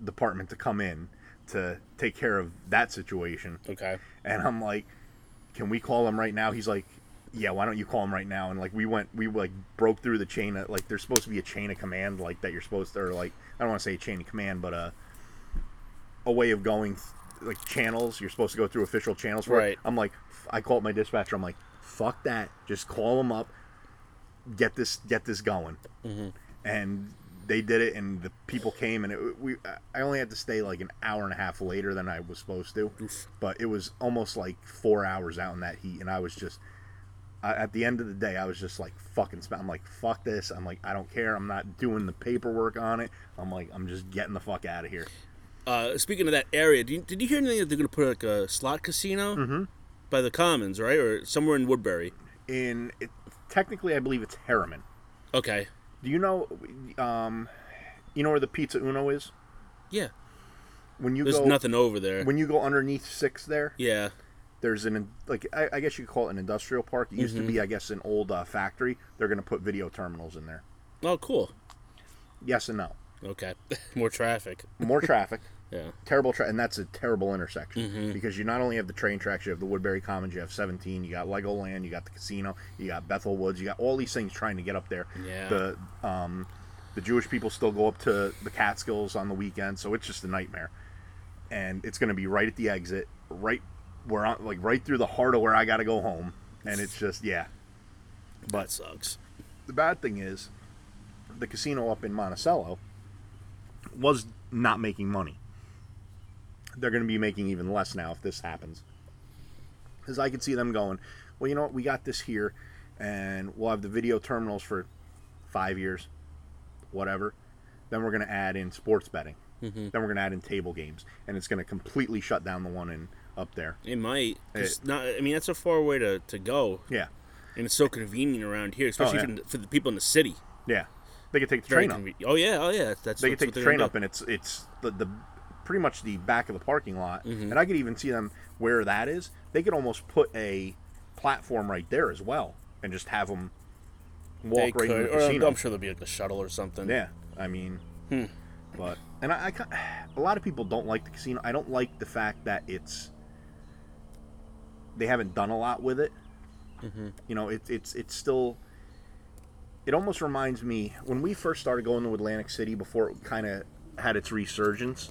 Speaker 2: department to come in to take care of that situation.
Speaker 1: Okay.
Speaker 2: And I'm like, can we call him right now? He's like, yeah, why don't you call him right now? And like we went, we like broke through the chain. Of, like there's supposed to be a chain of command, like that you're supposed to, or like I don't want to say a chain of command, but uh, a a way of going, like channels. You're supposed to go through official channels. For it.
Speaker 1: Right.
Speaker 2: I'm like, I called my dispatcher. I'm like, fuck that. Just call him up. Get this, get this going. And they did it, and the people came, and it, we. I only had to stay like an hour and a half later than I was supposed to, but it was almost like four hours out in that heat, and I was just. I, at the end of the day, I was just like fucking. sp- I'm like fuck this. I'm like I don't care. I'm not doing the paperwork on it. I'm like I'm just getting the fuck out of here.
Speaker 1: Uh, speaking of that area, did you, did you hear anything that they're going to put like a slot casino
Speaker 2: Mm-hmm.
Speaker 1: by the Commons, right, or somewhere in Woodbury?
Speaker 2: in it, technically I believe it's Harriman.
Speaker 1: Okay,
Speaker 2: Do you know um you know where the Pizza Uno is?
Speaker 1: yeah.
Speaker 2: When you
Speaker 1: There's
Speaker 2: go
Speaker 1: nothing over there.
Speaker 2: when you go underneath 6 there,
Speaker 1: yeah,
Speaker 2: there's an like I, I guess you could call it an industrial park. It used to
Speaker 1: Mm-hmm.
Speaker 2: be I guess an old uh, factory. They're going to put video terminals in there.
Speaker 1: oh, cool.
Speaker 2: Yes and no.
Speaker 1: Okay, more traffic.
Speaker 2: More traffic.
Speaker 1: Yeah,
Speaker 2: Terrible, tra- and that's a terrible intersection
Speaker 1: Mm-hmm.
Speaker 2: because you not only have the train tracks, you have the Woodbury Commons, you have 17, you got Legoland, you got the casino, you got Bethel Woods, you got all these things trying to get up there.
Speaker 1: Yeah.
Speaker 2: The um, the Jewish people still go up to the Catskills on the weekend, so it's just a nightmare. And it's going to be right at the exit, right where I'm like right through the heart of where I got to go home, and it's just yeah.
Speaker 1: but sucks.
Speaker 2: The bad thing is, the casino up in Monticello was not making money. They're going to be making even less now if this happens. Because I could see them going, well, you know what? We got this here, and we'll have the video terminals for five years, whatever. Then we're going to add in sports betting.
Speaker 1: Mm-hmm.
Speaker 2: Then we're going to add in table games, and it's going to completely shut down the one in up there.
Speaker 1: It might. 'cause not. I mean, that's a far way to, to go,
Speaker 2: Yeah,
Speaker 1: and it's so convenient around here, especially
Speaker 2: Oh, yeah.
Speaker 1: for, for the people in the city.
Speaker 2: yeah. They could take the
Speaker 1: Very
Speaker 2: train up.
Speaker 1: conve- oh yeah, oh yeah. That's
Speaker 2: They
Speaker 1: that's what
Speaker 2: could take the
Speaker 1: they're
Speaker 2: train
Speaker 1: gonna
Speaker 2: up,
Speaker 1: do.
Speaker 2: and it's it's the, the pretty much the back of the parking lot,
Speaker 1: Mm-hmm.
Speaker 2: and I could even see them where that is. They could almost put a platform right there as well, and just have them walk
Speaker 1: They
Speaker 2: right into the
Speaker 1: could, or um, I'm-
Speaker 2: casino.
Speaker 1: I'm sure there'll be like a shuttle or something.
Speaker 2: Yeah, I mean, but and I, I ki- a lot of people don't like the casino. I don't like the fact that it's they haven't done a lot with it. You know, it, it's it's still. It almost reminds me when we first started going to Atlantic City before it kind of had its resurgence.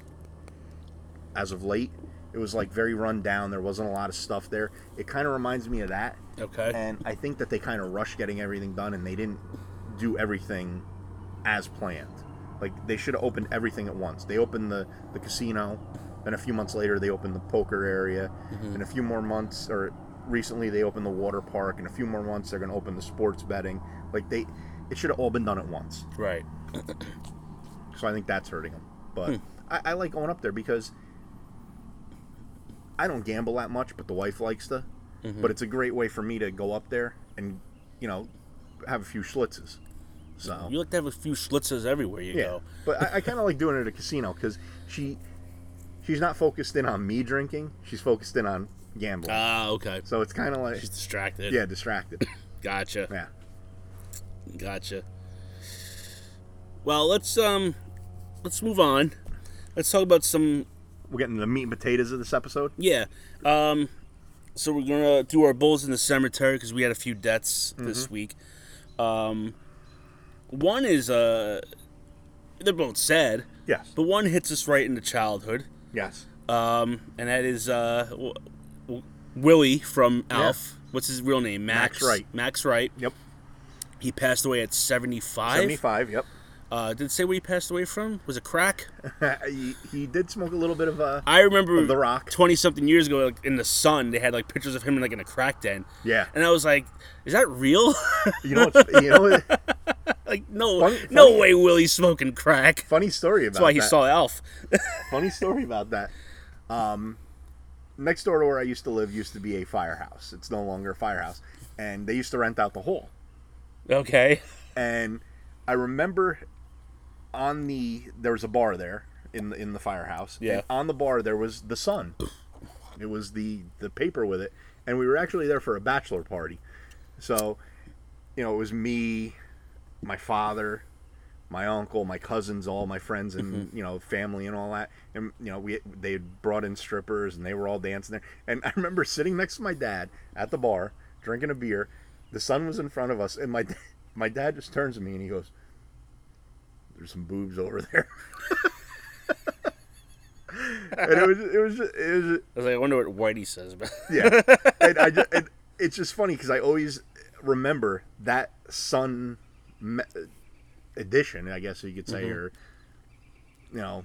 Speaker 2: As of late, it was like very run down. There wasn't a lot of stuff there. It kind of reminds me of that
Speaker 1: Okay.
Speaker 2: and I think that they kind of rushed getting everything done, and they didn't do everything as planned. Like they should have opened everything at once. They opened the the casino, then a few months later they opened the poker area, and a few more months or recently they opened the water park, and a few more months they're going to open the sports betting. Like they, it should have all been done at once.
Speaker 1: right.
Speaker 2: So I think that's hurting them. But
Speaker 1: Hmm.
Speaker 2: I, I like going up there because I don't gamble that much, but the wife likes to.
Speaker 1: Mm-hmm.
Speaker 2: But it's a great way for me to go up there and, you know, have a few schlitzes. So
Speaker 1: You like to have a few schlitzes everywhere you
Speaker 2: yeah,
Speaker 1: go.
Speaker 2: but I, I kind of like doing it at a casino because she she's not focused in on me drinking; she's focused in on gambling.
Speaker 1: Ah, okay.
Speaker 2: so it's kind of like
Speaker 1: She's distracted.
Speaker 2: yeah, distracted.
Speaker 1: Gotcha.
Speaker 2: yeah,
Speaker 1: Gotcha. Well, let's um, let's move on. Let's talk about some
Speaker 2: we're getting to the meat and potatoes of this episode.
Speaker 1: Yeah. Um, so we're gonna do our bulls in the cemetery because we had a few deaths this week. Um, one is uh, they're both sad,
Speaker 2: Yes,
Speaker 1: but one hits us right into childhood.
Speaker 2: yes.
Speaker 1: Um, and that is uh, w- w- Willie from Alf. What's his real name? Max.
Speaker 2: Max Wright.
Speaker 1: Max Wright.
Speaker 2: Yep,
Speaker 1: He passed away at seventy-five.
Speaker 2: seventy-five. Yep.
Speaker 1: Uh, did it say where he passed away from? Was it crack?
Speaker 2: he, he did smoke a little bit of uh,
Speaker 1: I remember
Speaker 2: Of The Rock.
Speaker 1: twenty something years ago, like in the sun, they had like pictures of him like in a crack den.
Speaker 2: Yeah.
Speaker 1: and I was like, "Is that real?
Speaker 2: You know, what's, you know, what-
Speaker 1: like, no,
Speaker 2: Funny-
Speaker 1: no
Speaker 2: funny-
Speaker 1: way, Willie's smoking crack."
Speaker 2: funny story about
Speaker 1: That's why he
Speaker 2: that.
Speaker 1: saw Alf.
Speaker 2: funny story about that. Um, next door to where I used to live used to be a firehouse. It's no longer a firehouse, and they used to rent out the whole.
Speaker 1: Okay,
Speaker 2: And I remember on the there was a bar there in the, in the firehouse.
Speaker 1: Yeah.
Speaker 2: And on the bar there was the sun. It was the the paper with it, and we were actually there for a bachelor party. So, you know, it was me, my father, my uncle, my cousins, all my friends and you know family and all that. And you know we they had brought in strippers and they were all dancing there. And I remember sitting next to my dad at the bar drinking a beer. The sun was in front of us, and my da- my dad just turns to me and he goes, "There's some boobs over there." and it was it was it was
Speaker 1: I was like, "I wonder what Whitey says." About
Speaker 2: yeah, and I ju- and it's just funny because I always remember that Sun me- edition, I guess you could say,
Speaker 1: Mm-hmm.
Speaker 2: or you know,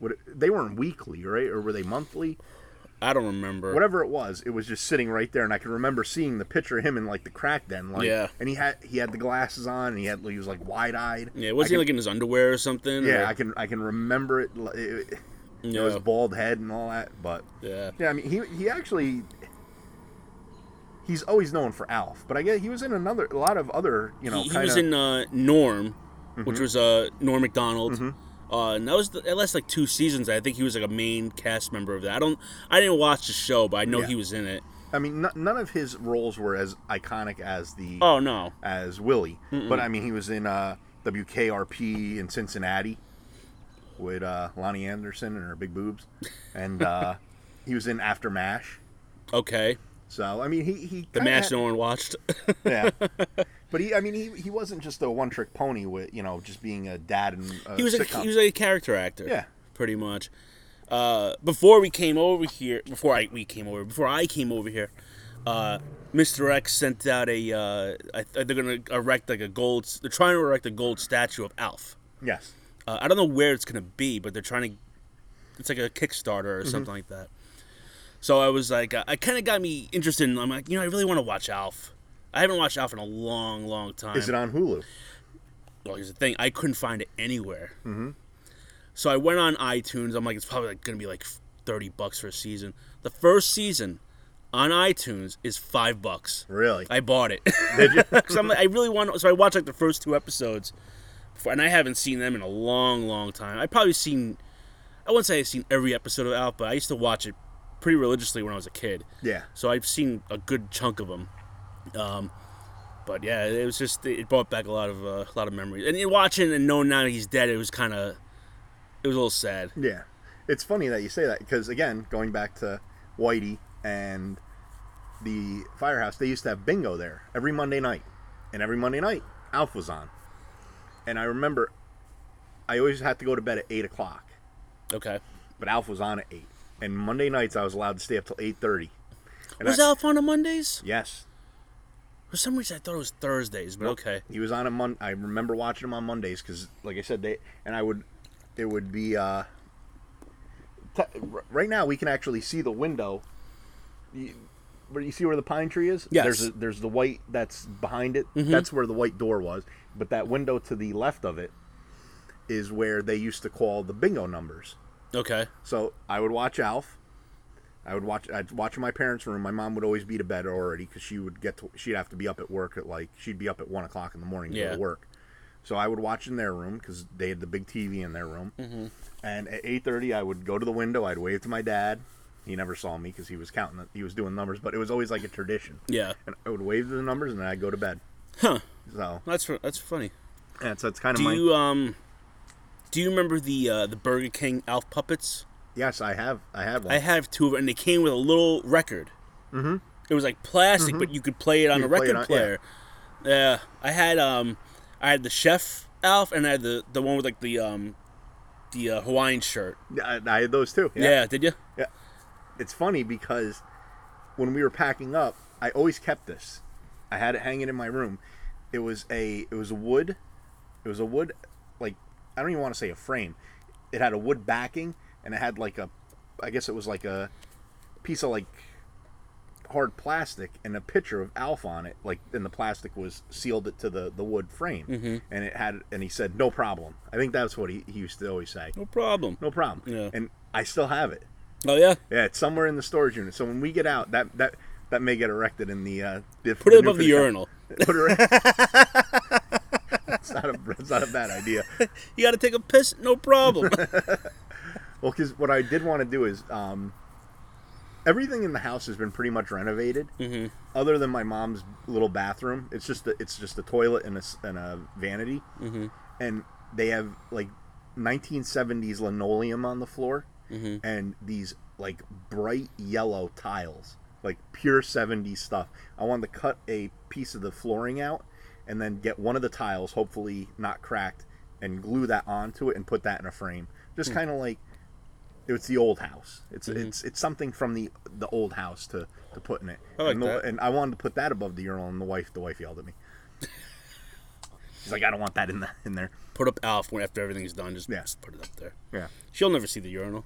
Speaker 2: what they weren't weekly, right? Or were they monthly?
Speaker 1: I don't remember.
Speaker 2: Whatever it was, it was just sitting right there, and I can remember seeing the picture of him in like the crack den, like,
Speaker 1: Yeah.
Speaker 2: and he had he had the glasses on, and he had he was like wide eyed.
Speaker 1: Yeah, wasn't he like in his underwear or something?
Speaker 2: Yeah, I
Speaker 1: Or-
Speaker 2: can I can remember it. li- it, it you know,
Speaker 1: Yeah.
Speaker 2: his bald head and all that, but
Speaker 1: yeah.
Speaker 2: yeah, I mean, he he actually he's always known for Alf, but I guess he was in another a lot of other you know
Speaker 1: he, he
Speaker 2: kind
Speaker 1: was
Speaker 2: of
Speaker 1: in uh, Norm,
Speaker 2: Mm-hmm.
Speaker 1: which was uh, Norm Macdonald. Uh, and that was the, that last like two seasons. I think he was like a main cast member of that. I don't, I didn't watch the show, but I know
Speaker 2: Yeah.
Speaker 1: he was in it.
Speaker 2: I mean, n- none of his roles were as iconic as the
Speaker 1: Oh no,
Speaker 2: as Willie, but I mean, he was in uh, WKRP in Cincinnati with uh, Lonnie Anderson and her big boobs, and uh, he was in After Mash.
Speaker 1: okay,
Speaker 2: So I mean, he he
Speaker 1: the
Speaker 2: kinda
Speaker 1: match
Speaker 2: had-
Speaker 1: no one watched.
Speaker 2: yeah. But he, I mean, he, he wasn't just a one trick pony with you know just being a dad and a
Speaker 1: he was a,
Speaker 2: sitcom.
Speaker 1: he was a character actor.
Speaker 2: Yeah.
Speaker 1: pretty much. Uh, before we came over here, before I we came over, before I came over here, uh, Mr. X sent out a. Uh, I, they're gonna erect like a gold. They're trying to erect a gold statue of Alf.
Speaker 2: yes.
Speaker 1: Uh, I don't know where it's gonna be, but they're trying to. It's like a Kickstarter or
Speaker 2: Mm-hmm.
Speaker 1: something like that. So I was like, uh, I kind of got me interested. In, I'm like, you know, I really want to watch Alf. I haven't watched Alf in a long, long time.
Speaker 2: Is it on Hulu?
Speaker 1: well, here's the thing: I couldn't find it anywhere. Mm-hmm. So I went on iTunes. I'm like, it's probably like, gonna be like thirty bucks for a season. The first season on iTunes is five bucks.
Speaker 2: Really?
Speaker 1: I bought it. Did you? Because I'm like, I really want. So I watched like the first two episodes, before, and I haven't seen them in a long, long time. I probably seen. I wouldn't say I've seen every episode of Alf, but I used to watch it pretty religiously when I was a kid.
Speaker 2: Yeah.
Speaker 1: So I've seen a good chunk of them. Um, but yeah, it was just it brought back a lot of uh, a lot of memories. And watching and knowing now he's dead, it was kind of it was a little sad.
Speaker 2: Yeah, it's funny that you say that because again, going back to Whitey and the firehouse, they used to have bingo there every Monday night, and every Monday night Alf was on, and I remember I always had to go to bed at eight o'clock,
Speaker 1: Okay.
Speaker 2: but Alf was on at eight, and Monday nights I was allowed to stay up till eight thirty.
Speaker 1: was Alf on on Mondays?
Speaker 2: Yes,
Speaker 1: For some reason, I thought it was Thursdays, but okay.
Speaker 2: He was on a Mon. I remember watching him on Mondays because, like I said, they and I would. There would be. Uh, t- r- right now, we can actually see the window. You, where you see where the pine tree is?
Speaker 1: Yes. Mm-hmm.
Speaker 2: There's a, there's the white that's behind it. That's where the white door was. But that window to the left of it is where they used to call the bingo numbers.
Speaker 1: Okay.
Speaker 2: So I would watch Alf. I would watch. I'd watch in my parents' room. My mom would always be to bed already because she would get. To, she'd have to be up at work at like she'd be up at one o'clock in the morning to go
Speaker 1: Yeah.
Speaker 2: to work. So I would watch in their room because they had the big TV in their room. Mm-hmm. And at eight thirty, I would go to the window. I'd wave to my dad. He never saw me because he was counting. The, he was doing numbers, but it was always like a tradition.
Speaker 1: Yeah.
Speaker 2: And I would wave to the numbers, and then I'd go to bed.
Speaker 1: Huh.
Speaker 2: So
Speaker 1: That's fu- that's funny.
Speaker 2: that's that's kind of
Speaker 1: Do
Speaker 2: my.
Speaker 1: you um do you remember the uh, the Burger King Alf puppets?
Speaker 2: yes, I have. I have one.
Speaker 1: I have two of them, and they came with a little record. Mm-hmm. It was like plastic, but you could play it on
Speaker 2: Mm-hmm. You
Speaker 1: a
Speaker 2: could play it
Speaker 1: record
Speaker 2: on- yeah.
Speaker 1: player. Yeah. I had um, I had the chef Alf, and I had the the one with like the um, the uh, Hawaiian shirt.
Speaker 2: I, I had those too.
Speaker 1: Yeah, did you?
Speaker 2: it's funny because when we were packing up, I always kept this. I had it hanging in my room. It was a it was a wood, it was a wood like I don't even want to say a frame. It had a wood backing and it had like a I guess it was like a piece of like hard plastic and a picture of Alf on it. Like and the plastic was sealed it to the the wood frame and it had and he said no problem. I think that's what he, he used to always say.
Speaker 1: No problem.
Speaker 2: No problem.
Speaker 1: Yeah.
Speaker 2: And I still have it.
Speaker 1: Oh yeah,
Speaker 2: Yeah, it's somewhere in the storage unit. So when we get out, that that that may get erected in the. Uh, the
Speaker 1: put it above the urinal.
Speaker 2: Put it. right- it's not a it's not a bad idea.
Speaker 1: You got to take a piss. No problem.
Speaker 2: Well, because what I did want to do is, um, everything in the house has been pretty much renovated, mm-hmm. other than my mom's little bathroom. It's just the, it's just a toilet and a s- and a vanity, mm-hmm. and they have like 1970s linoleum on the floor,
Speaker 1: Mm-hmm.
Speaker 2: and these like bright yellow tiles, like pure 70s stuff. I wanted to cut a piece of the flooring out, and then get one of the tiles, hopefully not cracked, and glue that onto it and put that in a frame. Just
Speaker 1: Hmm.
Speaker 2: kind of like it's the old house. It's
Speaker 1: Mm-hmm.
Speaker 2: it's it's something from the the old house to to put in it.
Speaker 1: I like
Speaker 2: and, the-
Speaker 1: that.
Speaker 2: and I wanted to put that above the urinal, and the wife the wife yelled at me. She's like, I don't want that in the, in there.
Speaker 1: put up Alf when after everything's done. Just,
Speaker 2: Yeah.
Speaker 1: just put it up there.
Speaker 2: Yeah.
Speaker 1: She'll never see the urinal.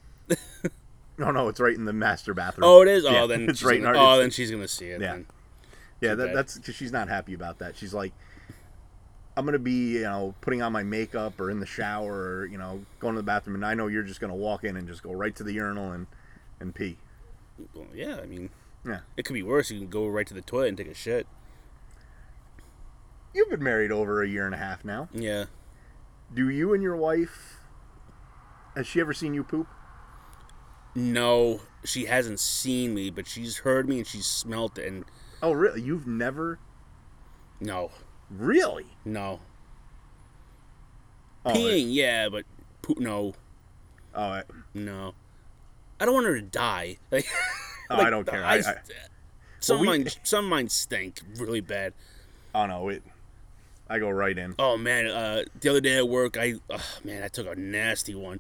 Speaker 2: No, no, it's right in the master bathroom.
Speaker 1: Oh, it is. Oh,
Speaker 2: Yeah,
Speaker 1: then
Speaker 2: it's
Speaker 1: she's
Speaker 2: right in
Speaker 1: Gonna,
Speaker 2: our-
Speaker 1: oh, then she's gonna see it.
Speaker 2: Yeah.
Speaker 1: then.
Speaker 2: yeah. That,
Speaker 1: bad.
Speaker 2: that's because she's not happy about that. She's like, I'm gonna be you know putting on my makeup or in the shower or you know going to the bathroom, and I know you're just gonna walk in and just go right to the urinal and and pee.
Speaker 1: Well, yeah. I mean,
Speaker 2: Yeah.
Speaker 1: it could be worse. You can go right to the toilet and take a shit.
Speaker 2: You've been married over a year and a half now.
Speaker 1: Yeah.
Speaker 2: Do you and your wife? Has she ever seen you poop?
Speaker 1: No, she hasn't seen me, but she's heard me and she's smelt it. And
Speaker 2: Oh, really? You've never
Speaker 1: no,
Speaker 2: really?
Speaker 1: no.
Speaker 2: Oh, it-
Speaker 1: Peeing, yeah, but poo- no,
Speaker 2: oh, it-
Speaker 1: no. I don't want her to die. Like,
Speaker 2: oh, I
Speaker 1: like,
Speaker 2: don't
Speaker 1: the
Speaker 2: care. I,
Speaker 1: eyes-
Speaker 2: I,
Speaker 1: some
Speaker 2: Well, we-
Speaker 1: mine, some mine stink really bad.
Speaker 2: oh no, it. I go right in.
Speaker 1: Oh man, uh, the other day at work, I oh, man, I took a nasty one,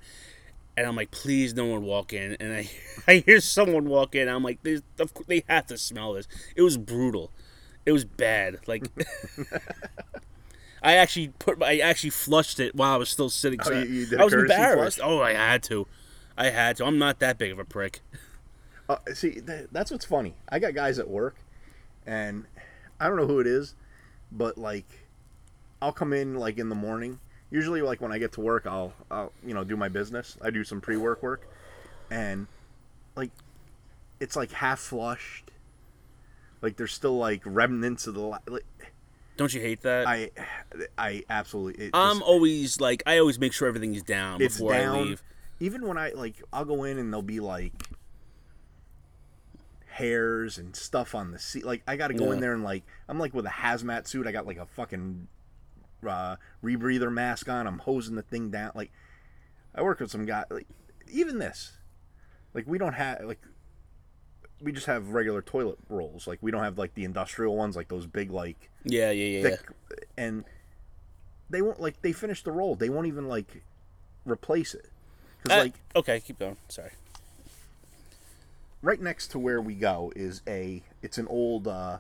Speaker 1: and I'm like, please, no one walk in. And I, I hear someone walk in. I'm like, "There's- of course, they have to smell this. It was brutal. It was bad. Like, I actually put, my, I actually flushed it while I was still sitting. 'cause
Speaker 2: Oh,
Speaker 1: I,
Speaker 2: you- you did a
Speaker 1: I was
Speaker 2: courtesy
Speaker 1: embarrassed. Oh, I had to. I had to. I'm not that big of a prick.
Speaker 2: Uh, see, th- that's what's funny. I got guys at work, and I don't know who it is, but like, I'll come in like in the morning. Usually, like when I get to work, I'll, I'll you know do my business. I do some pre-work work, and like, it's like half flushed. Like there's still like remnants of the. la- Like,
Speaker 1: Don't you hate that?
Speaker 2: I, I absolutely. It just-
Speaker 1: Um, I'm always like, I always make sure everything is down
Speaker 2: it's
Speaker 1: before
Speaker 2: down.
Speaker 1: I leave.
Speaker 2: even when I like, I'll go in and there'll be like hairs and stuff on the seat. Like I got to go in
Speaker 1: Yeah.
Speaker 2: there and like I'm like with a hazmat suit. I got like a fucking uh, rebreather mask on. I'm hosing the thing down. Like I work with some guy. Like even this, like we don't have like we just have regular toilet rolls. Like we don't have like the industrial ones, like those big like
Speaker 1: Yeah, yeah, yeah.
Speaker 2: thick and they won't like they finish the roll they won't even like replace it because
Speaker 1: Uh,
Speaker 2: like
Speaker 1: okay, keep going. Sorry.
Speaker 2: right next to where we go is a it's an old uh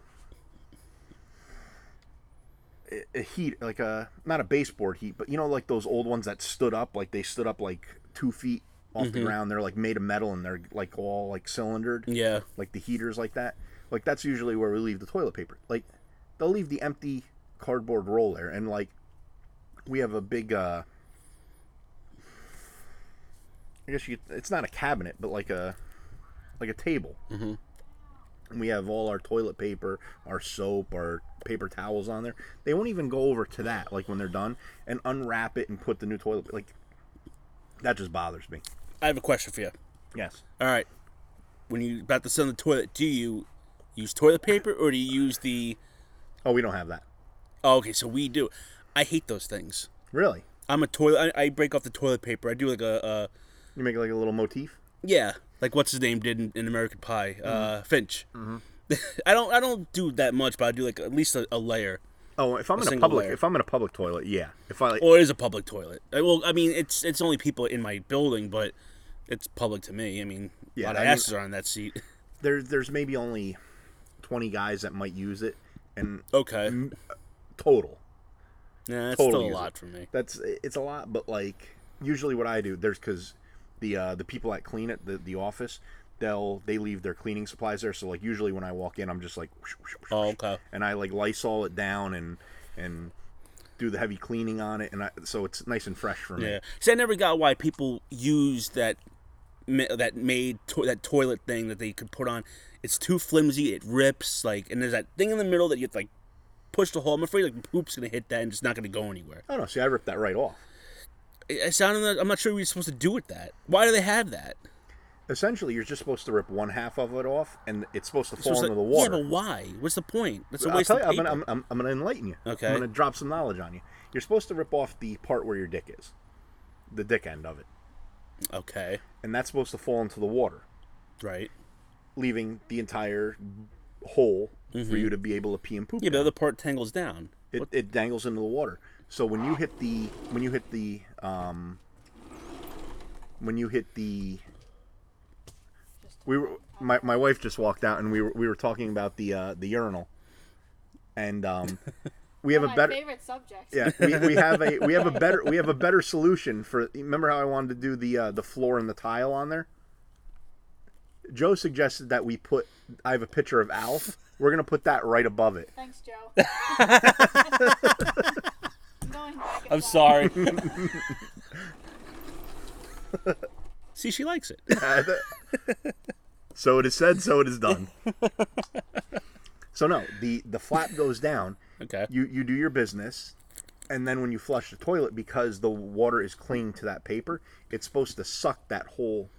Speaker 2: a- a heat like a not a baseboard heat but you know like those old ones that stood up like they stood up like two feet off
Speaker 1: Mm-hmm.
Speaker 2: the ground they're like made of metal and they're like all like cylindered
Speaker 1: Yeah.
Speaker 2: like the heaters like that like that's usually where we leave the toilet paper like they'll leave the empty cardboard roll there and like we have a big uh i guess you could, it's not a cabinet but like a like a table mm-hmm. and we have all our toilet paper our soap our paper towels on there they won't even go over to that like when they're done and unwrap it and put the new toilet like that just bothers me
Speaker 1: I have a question for you.
Speaker 2: yes
Speaker 1: All right. When you about to sit on the toilet, do you use toilet paper or do you use the?
Speaker 2: oh we don't have that
Speaker 1: Oh, okay, so we do. I hate those things.
Speaker 2: really
Speaker 1: I'm a toilet. I, I break off the toilet paper. I do like a, uh,
Speaker 2: you make like a little motif
Speaker 1: yeah, like what's his name did in, in American Pie,
Speaker 2: Mm-hmm.
Speaker 1: uh, Finch. I don't. I don't do that much, but I do like at least a, a layer.
Speaker 2: Oh, if I'm in a
Speaker 1: single
Speaker 2: public,
Speaker 1: layer.
Speaker 2: if I'm in a public toilet, yeah. If I,
Speaker 1: Or it is a public toilet. I, well, I mean, it's it's only people in my building, but it's public to me. I mean, a
Speaker 2: Yeah,
Speaker 1: lot of
Speaker 2: I mean-
Speaker 1: asses are on that seat.
Speaker 2: there, there's maybe only twenty guys that might use it, and
Speaker 1: Okay, nah,
Speaker 2: total.
Speaker 1: that's
Speaker 2: Mm, Totally
Speaker 1: still a
Speaker 2: use
Speaker 1: lot
Speaker 2: it.
Speaker 1: for me.
Speaker 2: That's it's a lot, but like usually what I do, there's because the uh, the people that clean it, the the office, they'll they leave their cleaning supplies there. So like usually when I walk in, I'm just like, whoosh, whoosh, whoosh,
Speaker 1: Oh,
Speaker 2: whoosh,
Speaker 1: okay.
Speaker 2: and I like Lysol it down and and do the heavy cleaning on it, and I, so it's nice and fresh for me.
Speaker 1: Yeah. See, I never got why people use that ma- that made to- that toilet thing that they could put on. It's too flimsy. It rips. Like, and there's that thing in the middle that you have to, like push the hole. I'm afraid like poop's gonna hit that and it's not gonna go anywhere.
Speaker 2: I don't know. See, I ripped that right off.
Speaker 1: It, it sounded. Like, I'm not sure what you're supposed to do with that. Why do they have that?
Speaker 2: Essentially, you're just supposed to rip one half of it off, and it's supposed to fall
Speaker 1: It's
Speaker 2: into
Speaker 1: like-
Speaker 2: the water.
Speaker 1: Yeah, but why? What's the point? That's a
Speaker 2: I'll
Speaker 1: waste
Speaker 2: tell you,
Speaker 1: of
Speaker 2: I'm
Speaker 1: paper.
Speaker 2: gonna, I'm, I'm, I'm gonna enlighten you.
Speaker 1: Okay.
Speaker 2: I'm gonna drop some knowledge on you. You're supposed to rip off the part where your dick is, the dick end of it,
Speaker 1: okay.
Speaker 2: and that's supposed to fall into the water,
Speaker 1: Right.
Speaker 2: leaving the entire hole for you to be able to pee and poop.
Speaker 1: Mm-hmm. Yeah, but the
Speaker 2: down.
Speaker 1: other part tangles down.
Speaker 2: it, it dangles into the water. So when you hit the when you hit the um, when you hit the we were my, my wife just walked out and we were we were talking about the uh, the urinal, and um, we have a
Speaker 3: my
Speaker 2: better.
Speaker 3: favorite subject.
Speaker 2: Yeah, we, we have a we have a better we have a better solution for. Remember how I wanted to do the uh, the floor and the tile on there? Joe suggested that we put. I have a picture of Alf. We're gonna put that right above it.
Speaker 3: Thanks, Joe. I'm going back
Speaker 1: I'm sorry.
Speaker 3: inside.
Speaker 1: See, she likes it.
Speaker 2: So it is said. So it is done. so no, the the flap goes down.
Speaker 1: Okay.
Speaker 2: You you do your business, and then when you flush the toilet, because the water is clinging to that paper, it's supposed to suck that whole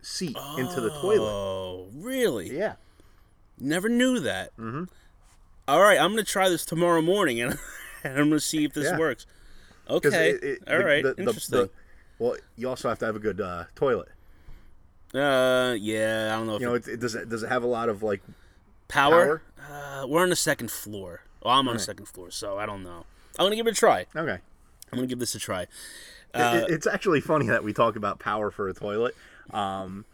Speaker 2: seat into the toilet.
Speaker 1: Oh, really?
Speaker 2: Yeah.
Speaker 1: Never knew that. Mm-hmm. right, I'm gonna try this tomorrow morning, and, and I'm gonna see if this
Speaker 2: Yeah.
Speaker 1: works.
Speaker 2: 'Cause
Speaker 1: Okay.
Speaker 2: it- it-
Speaker 1: All
Speaker 2: the-
Speaker 1: right.
Speaker 2: the- the-
Speaker 1: Interesting.
Speaker 2: the- well, you also have to have a good uh, toilet.
Speaker 1: uh, yeah. I don't know. If
Speaker 2: You know,
Speaker 1: it-
Speaker 2: it, it does. It, does it have a lot of like?
Speaker 1: power. Uh, we're on the second floor. Well, I'm on the second floor, so I don't know. I'm gonna give it a try.
Speaker 2: Okay.
Speaker 1: I'm gonna give this a try.
Speaker 2: It- it- it's actually funny that we talk about power for a toilet. Um,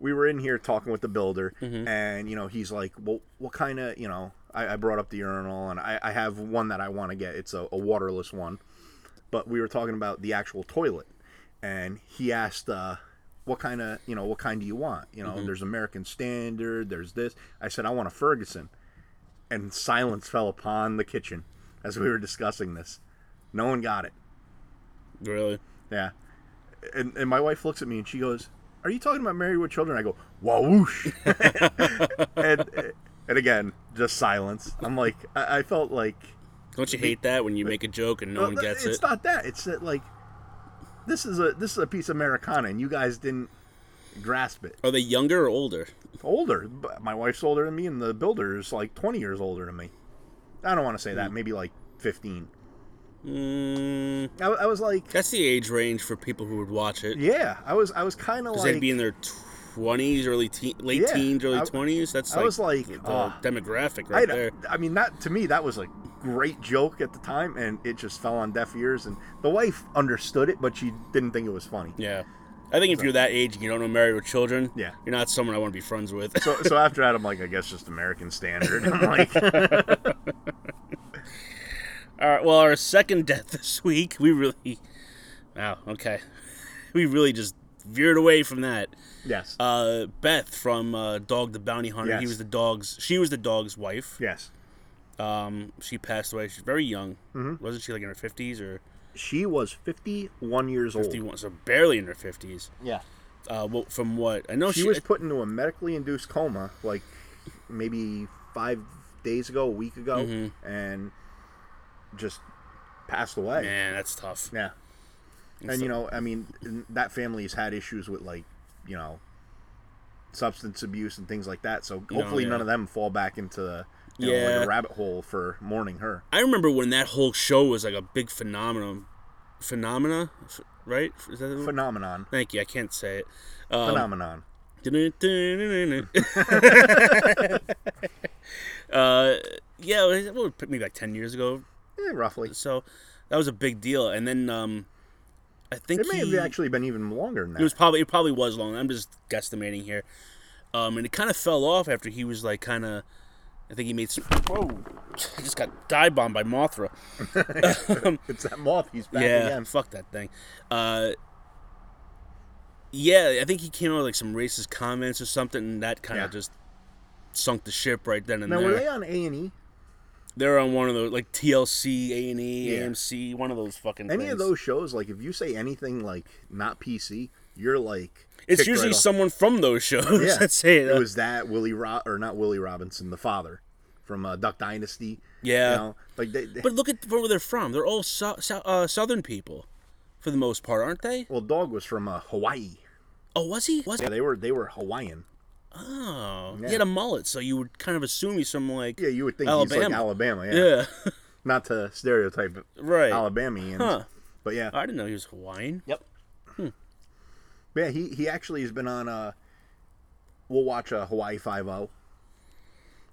Speaker 2: we were in here talking with the builder, and you know, he's like, "Well, what kind of you know?" I, I brought up the urinal, and I, I have one that I want to get. It's a, a waterless one, but we were talking about the actual toilet, and he asked, uh, "What kind of you know? What kind do you want? You know, there's American Standard, there's this." I said, "I want a Ferguson," and silence fell upon the kitchen as we were discussing this. No one got it.
Speaker 1: Really?
Speaker 2: Yeah. And, and my wife looks at me and she goes, "Are you talking about Married with Children?" I go, "Whoosh!" and and again, just silence. I'm like, I, I felt like
Speaker 1: Don't you hate that when you make a joke and no one gets
Speaker 2: it's
Speaker 1: it?
Speaker 2: not that. It's that like this is a this is a piece of Americana, and you guys didn't grasp it.
Speaker 1: Are they younger or older?
Speaker 2: Older, but my wife's older than me, and the builder is like twenty years older than me. I don't want to say that. Maybe like fifteen.
Speaker 1: Mm,
Speaker 2: I, I was like,
Speaker 1: that's the age range for people who would watch it.
Speaker 2: yeah, I was I was kind of
Speaker 1: Because
Speaker 2: like,
Speaker 1: they'd be in their twenties, early teen, late
Speaker 2: Yeah,
Speaker 1: teens, early
Speaker 2: I-
Speaker 1: twenties. That's
Speaker 2: I
Speaker 1: like
Speaker 2: was like,
Speaker 1: the
Speaker 2: ah.
Speaker 1: demographic
Speaker 2: I,
Speaker 1: right there.
Speaker 2: I mean, that to me that was a great joke at the time, and it just fell on deaf ears. And the wife understood it, but she didn't think it was funny.
Speaker 1: Yeah, I think if you're that age and you don't know married with children,
Speaker 2: Yeah.
Speaker 1: you're not someone I want to be friends with.
Speaker 2: So, so after that, I'm like, I guess just American standard. I'm like,
Speaker 1: All right. Well, our second death this week, we really, wow, okay, we really just veered away from that.
Speaker 2: yes,
Speaker 1: Uh, Beth from uh, Dog the Bounty Hunter. He
Speaker 2: Yes.
Speaker 1: was the dog's. She was the dog's wife.
Speaker 2: yes.
Speaker 1: Um, she passed away. She's very young.
Speaker 2: Mm-hmm.
Speaker 1: Wasn't she like in her fifties or
Speaker 2: She was 51 years old.
Speaker 1: fifty-one? So barely in her fifties.
Speaker 2: Yeah.
Speaker 1: Uh, well, from what I know,
Speaker 2: She
Speaker 1: Oh, she,
Speaker 2: was put into a medically induced coma like maybe five days ago, a week ago,
Speaker 1: Mm-hmm.
Speaker 2: and just passed away.
Speaker 1: Man, that's tough.
Speaker 2: Yeah. And, you know, I mean, n- that family's had issues with, like, you know, substance abuse and things like that. So hopefully
Speaker 1: yeah.
Speaker 2: none of them fall back into the, you know, like
Speaker 1: Yeah.
Speaker 2: a rabbit hole for mourning her.
Speaker 1: I remember when that whole show was like a big phenomenon. Phenomena, F- right? Is that the-
Speaker 2: Phenomenon.
Speaker 1: Thank you. I can't say it. Um,
Speaker 2: Phenomenon.
Speaker 1: uh, yeah, it was maybe like ten years ago.
Speaker 2: Eh, roughly.
Speaker 1: So that was a big deal. And then um, I think
Speaker 2: It may
Speaker 1: he-
Speaker 2: have actually been even longer than that.
Speaker 1: it was probably it probably was long. I'm just guesstimating here. Um, and it kind of fell off after he was like kind of. I think he made. Some, whoa! I just got dive bombed by Mothra.
Speaker 2: It's that moth. He's back
Speaker 1: yeah,
Speaker 2: again.
Speaker 1: fuck that thing. Uh, yeah, I think he came out with like some racist comments or something, and that kind
Speaker 2: Yeah.
Speaker 1: of just sunk the ship right then and
Speaker 2: Now
Speaker 1: there.
Speaker 2: were they on A and E?
Speaker 1: They're on one of those like TLC, A and E,
Speaker 2: Yeah.
Speaker 1: AMC, one of those fucking.
Speaker 2: Any
Speaker 1: things.
Speaker 2: of those shows? Like, if you say anything like not PC, you're like
Speaker 1: It's
Speaker 2: kicked
Speaker 1: usually
Speaker 2: right off.
Speaker 1: someone from those shows.
Speaker 2: Yeah,
Speaker 1: That's it.
Speaker 2: It was that Willie Ro- or not Willie Robinson, the father from uh, Duck Dynasty.
Speaker 1: Yeah.
Speaker 2: you know, like they, they-
Speaker 1: but look at where they're from. They're all so, so, uh, Southern people, for the most part, aren't they?
Speaker 2: well, Dog was from uh, Hawaii.
Speaker 1: Oh, was he? Was
Speaker 2: Yeah, they were they were Hawaiian.
Speaker 1: oh,
Speaker 2: Yeah.
Speaker 1: he had a mullet, so you would kind of assume he's from like
Speaker 2: Yeah, you would think he's like
Speaker 1: Alabama.
Speaker 2: Alabama. Yeah,
Speaker 1: yeah,
Speaker 2: not to stereotype
Speaker 1: right.
Speaker 2: Alabamians,
Speaker 1: Huh.
Speaker 2: but yeah,
Speaker 1: I didn't know he was Hawaiian.
Speaker 2: Yep. Yeah, he he actually has been on uh we'll watch uh, Hawaii Five O.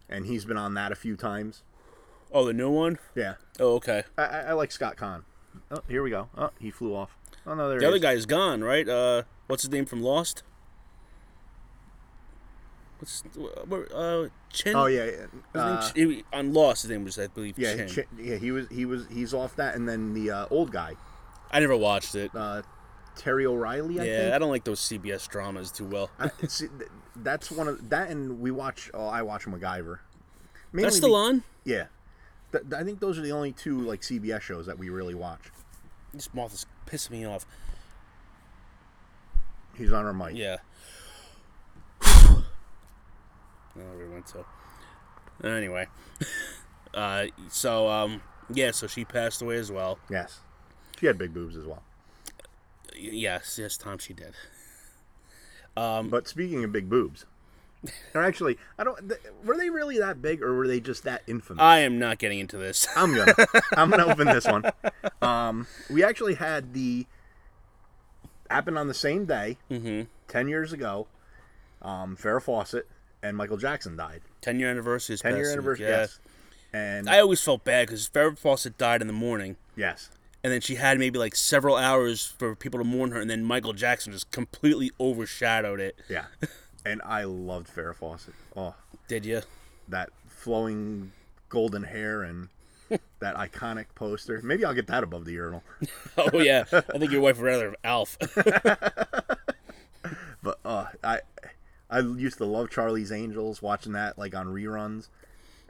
Speaker 2: And he's been on that a few times.
Speaker 1: Oh, the new one.
Speaker 2: Yeah.
Speaker 1: Oh, okay.
Speaker 2: I, I, I like Scott Kahn. Oh, here we go. Oh, he flew off. Oh no, there
Speaker 1: The
Speaker 2: he
Speaker 1: other
Speaker 2: is.
Speaker 1: guy is gone, right? Uh, what's his name from Lost? What's wh- uh Chin?
Speaker 2: Oh yeah.
Speaker 1: His name
Speaker 2: Uh,
Speaker 1: Ch- he- on Lost, his name was I believe
Speaker 2: yeah,
Speaker 1: Chin.
Speaker 2: Chin. yeah, he was he was he's off that and then the uh, old guy,
Speaker 1: I never watched it.
Speaker 2: uh Terry O'Reilly, I
Speaker 1: yeah,
Speaker 2: think.
Speaker 1: I don't like those CBS dramas too well.
Speaker 2: I see, th- that's one of that and we watch oh I watch MacGyver. Mainly
Speaker 1: That's still
Speaker 2: be-
Speaker 1: on.
Speaker 2: Yeah. Th- th- I think those are the only two like CBS shows that we really watch.
Speaker 1: This moth is pissing me off.
Speaker 2: He's on our mic.
Speaker 1: Yeah. oh, we went to. Anyway, uh, so um, yeah, so she passed away as well.
Speaker 2: Yes. She had big boobs as well.
Speaker 1: Y- Yes, yes, Tom, she did. Um,
Speaker 2: But speaking of big boobs, or actually, I don't. Th- were they really that big, or were they just that infamous?
Speaker 1: I am not getting into this.
Speaker 2: I'm gonna, I'm gonna open this one. Um, we actually had the happened on the same day,
Speaker 1: Mm-hmm.
Speaker 2: ten years ago. Um, Farrah Fawcett and Michael Jackson died.
Speaker 1: Ten year anniversary is
Speaker 2: Ten year
Speaker 1: passing,
Speaker 2: anniversary.
Speaker 1: yeah.
Speaker 2: Yes. And
Speaker 1: I always felt bad because Farrah Fawcett died in the morning,
Speaker 2: yes,
Speaker 1: and then she had maybe like several hours for people to mourn her, and then Michael Jackson just completely overshadowed it.
Speaker 2: yeah. And I loved Farrah Fawcett. Oh,
Speaker 1: Did you?
Speaker 2: that flowing golden hair and that iconic poster. Maybe I'll get that above the urinal.
Speaker 1: Oh yeah, I think your wife would rather have Alf.
Speaker 2: But uh, I I used to love Charlie's Angels, watching that like on reruns,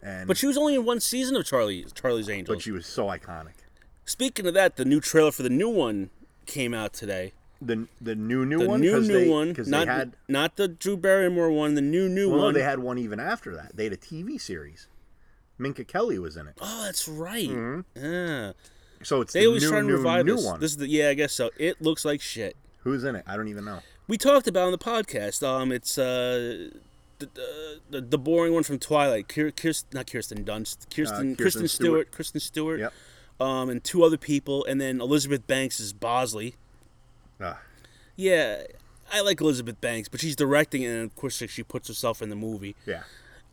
Speaker 2: and
Speaker 1: but she was only in one season of Charlie Charlie's Angels.
Speaker 2: but she was so iconic.
Speaker 1: Speaking of that, the new trailer for the new one came out today.
Speaker 2: The the new new
Speaker 1: The
Speaker 2: one,
Speaker 1: new new
Speaker 2: they,
Speaker 1: one,
Speaker 2: because they
Speaker 1: not
Speaker 2: had
Speaker 1: not the Drew Barrymore one. The new new
Speaker 2: well, no,
Speaker 1: one.
Speaker 2: they had one even after that. They had a TV series. Minka Kelly was in it.
Speaker 1: oh, that's right. Yeah.
Speaker 2: So it's
Speaker 1: Oh, They
Speaker 2: Mm-hmm. the
Speaker 1: always
Speaker 2: new,
Speaker 1: try and
Speaker 2: new,
Speaker 1: revive
Speaker 2: new
Speaker 1: this.
Speaker 2: one.
Speaker 1: This is the yeah, I guess so. It looks like shit.
Speaker 2: Who's in it? I don't even know.
Speaker 1: We talked about on the podcast. Um, it's uh, the, the the boring one from Twilight. Kier, Kirsten, not Kirsten Dunst. Kirsten,
Speaker 2: Uh, Kirsten
Speaker 1: Kristen Stewart.
Speaker 2: Stewart.
Speaker 1: Kristen Stewart.
Speaker 2: Yep.
Speaker 1: Um, and two other people, and then Elizabeth Banks is Bosley.
Speaker 2: Ah,
Speaker 1: Yeah, I like Elizabeth Banks, but she's directing, it, and of course like, she puts herself in the movie.
Speaker 2: yeah.